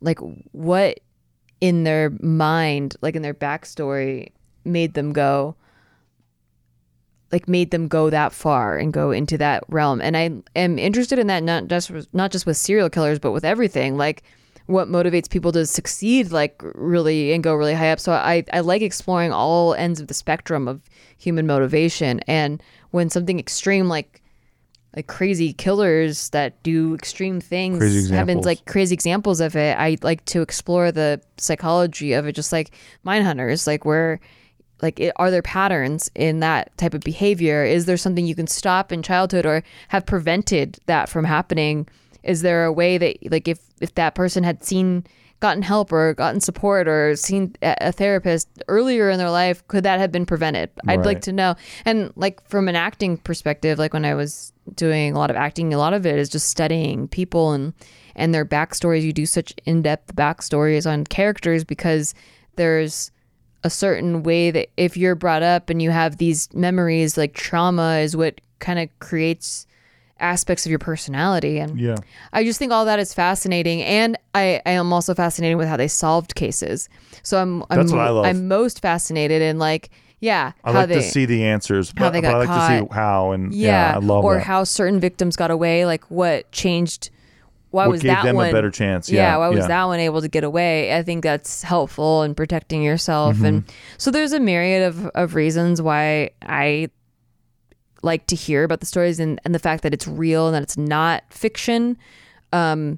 Speaker 2: like, what in their mind, like, in their backstory, made them go, like made them go that far and go into that realm. And I am interested in that not just not just with serial killers, but with everything. Like what motivates people to succeed like really and go really high up. So I, I like exploring all ends of the spectrum of human motivation. And when something extreme like like crazy killers that do extreme things
Speaker 1: Crazy
Speaker 2: happens
Speaker 1: examples.
Speaker 2: like crazy examples of it. I like to explore the psychology of it, just like mine hunters, like where like it, are there patterns in that type of behavior is there something you can stop in childhood or have prevented that from happening is there a way that like if if that person had seen gotten help or gotten support or seen a a therapist earlier in their life could that have been prevented i'd like
Speaker 1: Right.
Speaker 2: to know and like from an acting perspective like when i was doing a lot of acting a lot of it is just studying people and and their backstories you do such in-depth backstories on characters because there's a certain way that if you're brought up and you have these memories like trauma is what kind of creates aspects of your personality and
Speaker 1: Yeah.
Speaker 2: I just think all that is fascinating, and I, I am also fascinated with how they solved cases. So I'm I'm,
Speaker 1: That's what I love.
Speaker 2: am most fascinated in like yeah
Speaker 1: I
Speaker 2: how
Speaker 1: like
Speaker 2: they
Speaker 1: to see the answers, but,
Speaker 2: they
Speaker 1: but I
Speaker 2: got
Speaker 1: like to see how and yeah,
Speaker 2: yeah,
Speaker 1: I love
Speaker 2: or
Speaker 1: that.
Speaker 2: how certain victims got away, like what changed. Why
Speaker 1: What
Speaker 2: was
Speaker 1: gave
Speaker 2: that
Speaker 1: them a
Speaker 2: one
Speaker 1: better chance?
Speaker 2: Yeah,
Speaker 1: Yeah,
Speaker 2: why was
Speaker 1: yeah.
Speaker 2: that one able to get away? I think that's helpful in protecting yourself, and
Speaker 1: Mm-hmm.
Speaker 2: so there's a myriad of of reasons why I like to hear about the stories and, and the fact that it's real and that it's not fiction um,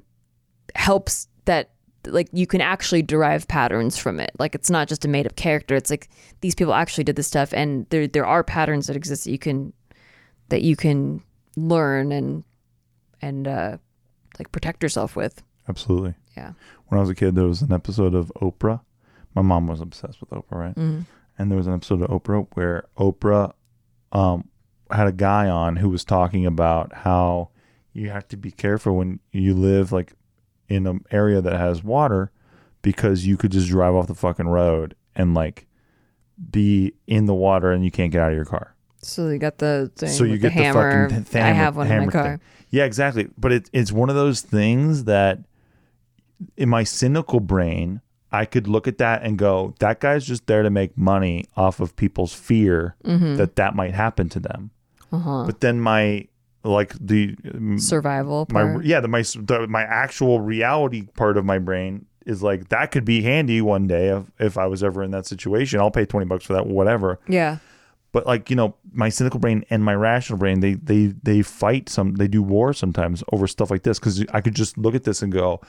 Speaker 2: helps that like you can actually derive patterns from it. Like it's not just a made up character. It's like these people actually did this stuff and there there are patterns that exist that you can that you can learn and and uh like protect yourself with.
Speaker 1: Absolutely.
Speaker 2: Yeah.
Speaker 1: When I was a kid, there was an episode of Oprah. My mom was obsessed with Oprah, right? And there was an episode of Oprah where Oprah um, had a guy on who was talking about how you have to be careful when you live like in an area that has water because you could just drive off the fucking road and like be in the water and you can't get out of your car.
Speaker 2: So you got the thing
Speaker 1: so you
Speaker 2: with
Speaker 1: get
Speaker 2: the hammer.
Speaker 1: the fucking th-
Speaker 2: I
Speaker 1: hammer-
Speaker 2: have one in my
Speaker 1: hammer
Speaker 2: car.
Speaker 1: thing. Yeah, exactly. But it, it's one of those things that in my cynical brain, I could look at that and go, that guy's just there to make money off of people's fear
Speaker 2: Mm-hmm.
Speaker 1: that that might happen to them. But then my like the
Speaker 2: Uh-huh. Survival
Speaker 1: my
Speaker 2: part.
Speaker 1: yeah the, my the, my actual reality part of my brain is like that could be handy one day if, if I was ever in that situation. I'll pay 20 bucks for that whatever.
Speaker 2: yeah.
Speaker 1: But like, you know, my cynical brain and my rational brain, they they they fight some they do war sometimes over stuff like this cuz I could just look at this and go,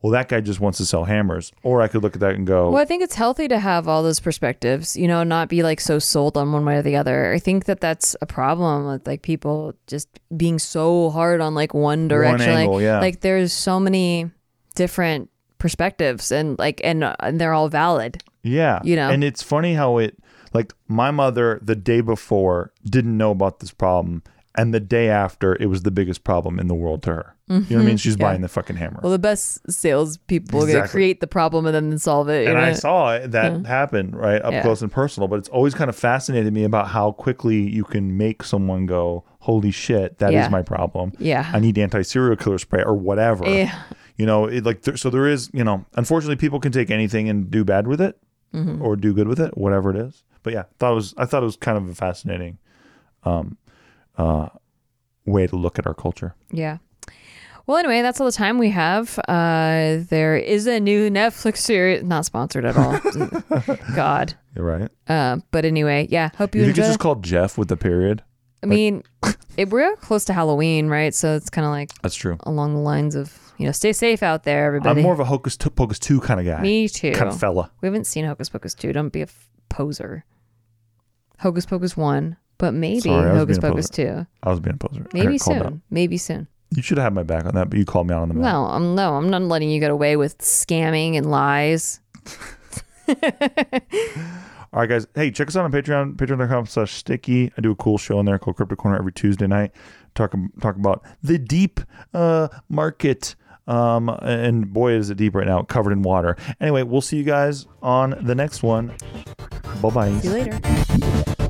Speaker 1: well that guy just wants to sell hammers or I could look at that and go,
Speaker 2: Well, I think it's healthy to have all those perspectives, you know, not be like so sold on one way or the other. I think that that's a problem with like people just being so hard on like one direction.
Speaker 1: angle,
Speaker 2: like,
Speaker 1: yeah.
Speaker 2: like there's so many different perspectives and like, and, uh, and they're all valid.
Speaker 1: Yeah.
Speaker 2: You know?
Speaker 1: And it's funny how it like my mother the day before didn't know about this problem and the day after it was the biggest problem in the world to her. You
Speaker 2: Mm-hmm.
Speaker 1: know what I mean? She's buying the fucking hammer.
Speaker 2: Well, the best sales people
Speaker 1: Exactly.
Speaker 2: create the problem and then solve it. you
Speaker 1: and I
Speaker 2: know?
Speaker 1: saw it, that happen right up
Speaker 2: Yeah.
Speaker 1: close and personal, but it's always kind of fascinated me about how quickly you can make someone go, "Holy shit, that is
Speaker 2: Yeah.
Speaker 1: my problem."
Speaker 2: Yeah.
Speaker 1: I need anti-serial killer spray or whatever.
Speaker 2: Yeah.
Speaker 1: You know, it like there, so there is, you know, unfortunately people can take anything and do bad with it
Speaker 2: Mm-hmm.
Speaker 1: or do good with it, whatever it is. But yeah, thought it was I thought it was kind of a fascinating um uh way to look at our culture.
Speaker 2: Yeah. Well, anyway, that's all the time we have. Uh, there is a new Netflix series, not sponsored at all. God.
Speaker 1: You're right.
Speaker 2: Uh, but anyway, yeah. Hope you,
Speaker 1: You think
Speaker 2: enjoy.
Speaker 1: it's just called Jeff with the period?
Speaker 2: I mean, it, we're close to Halloween, right? So it's kind of like
Speaker 1: That's true.
Speaker 2: along the lines of you know, stay safe out there, everybody.
Speaker 1: I'm more of a hocus to- pocus two kind of guy.
Speaker 2: Me too.
Speaker 1: Kind of fella.
Speaker 2: we haven't seen Hocus Pocus two. Don't be a f- poser. Hocus Pocus one, but maybe
Speaker 1: Sorry, I was
Speaker 2: Hocus
Speaker 1: being a
Speaker 2: Pocus two.
Speaker 1: I was being a poser. I
Speaker 2: Maybe
Speaker 1: got called out.
Speaker 2: soon. Maybe soon.
Speaker 1: You should have had my back on that, but you called me out on the map.
Speaker 2: No, I'm no, I'm not letting you get away with scamming and lies.
Speaker 1: All right, guys. Hey, check us out on Patreon, patreon.com slash sticky. I do a cool show in there called Crypto Corner every Tuesday night. Talk, talk about the deep uh, market. Um, and boy, is it deep right now, covered in water. Anyway, we'll see you guys on the next one. Bye bye.
Speaker 2: See you later.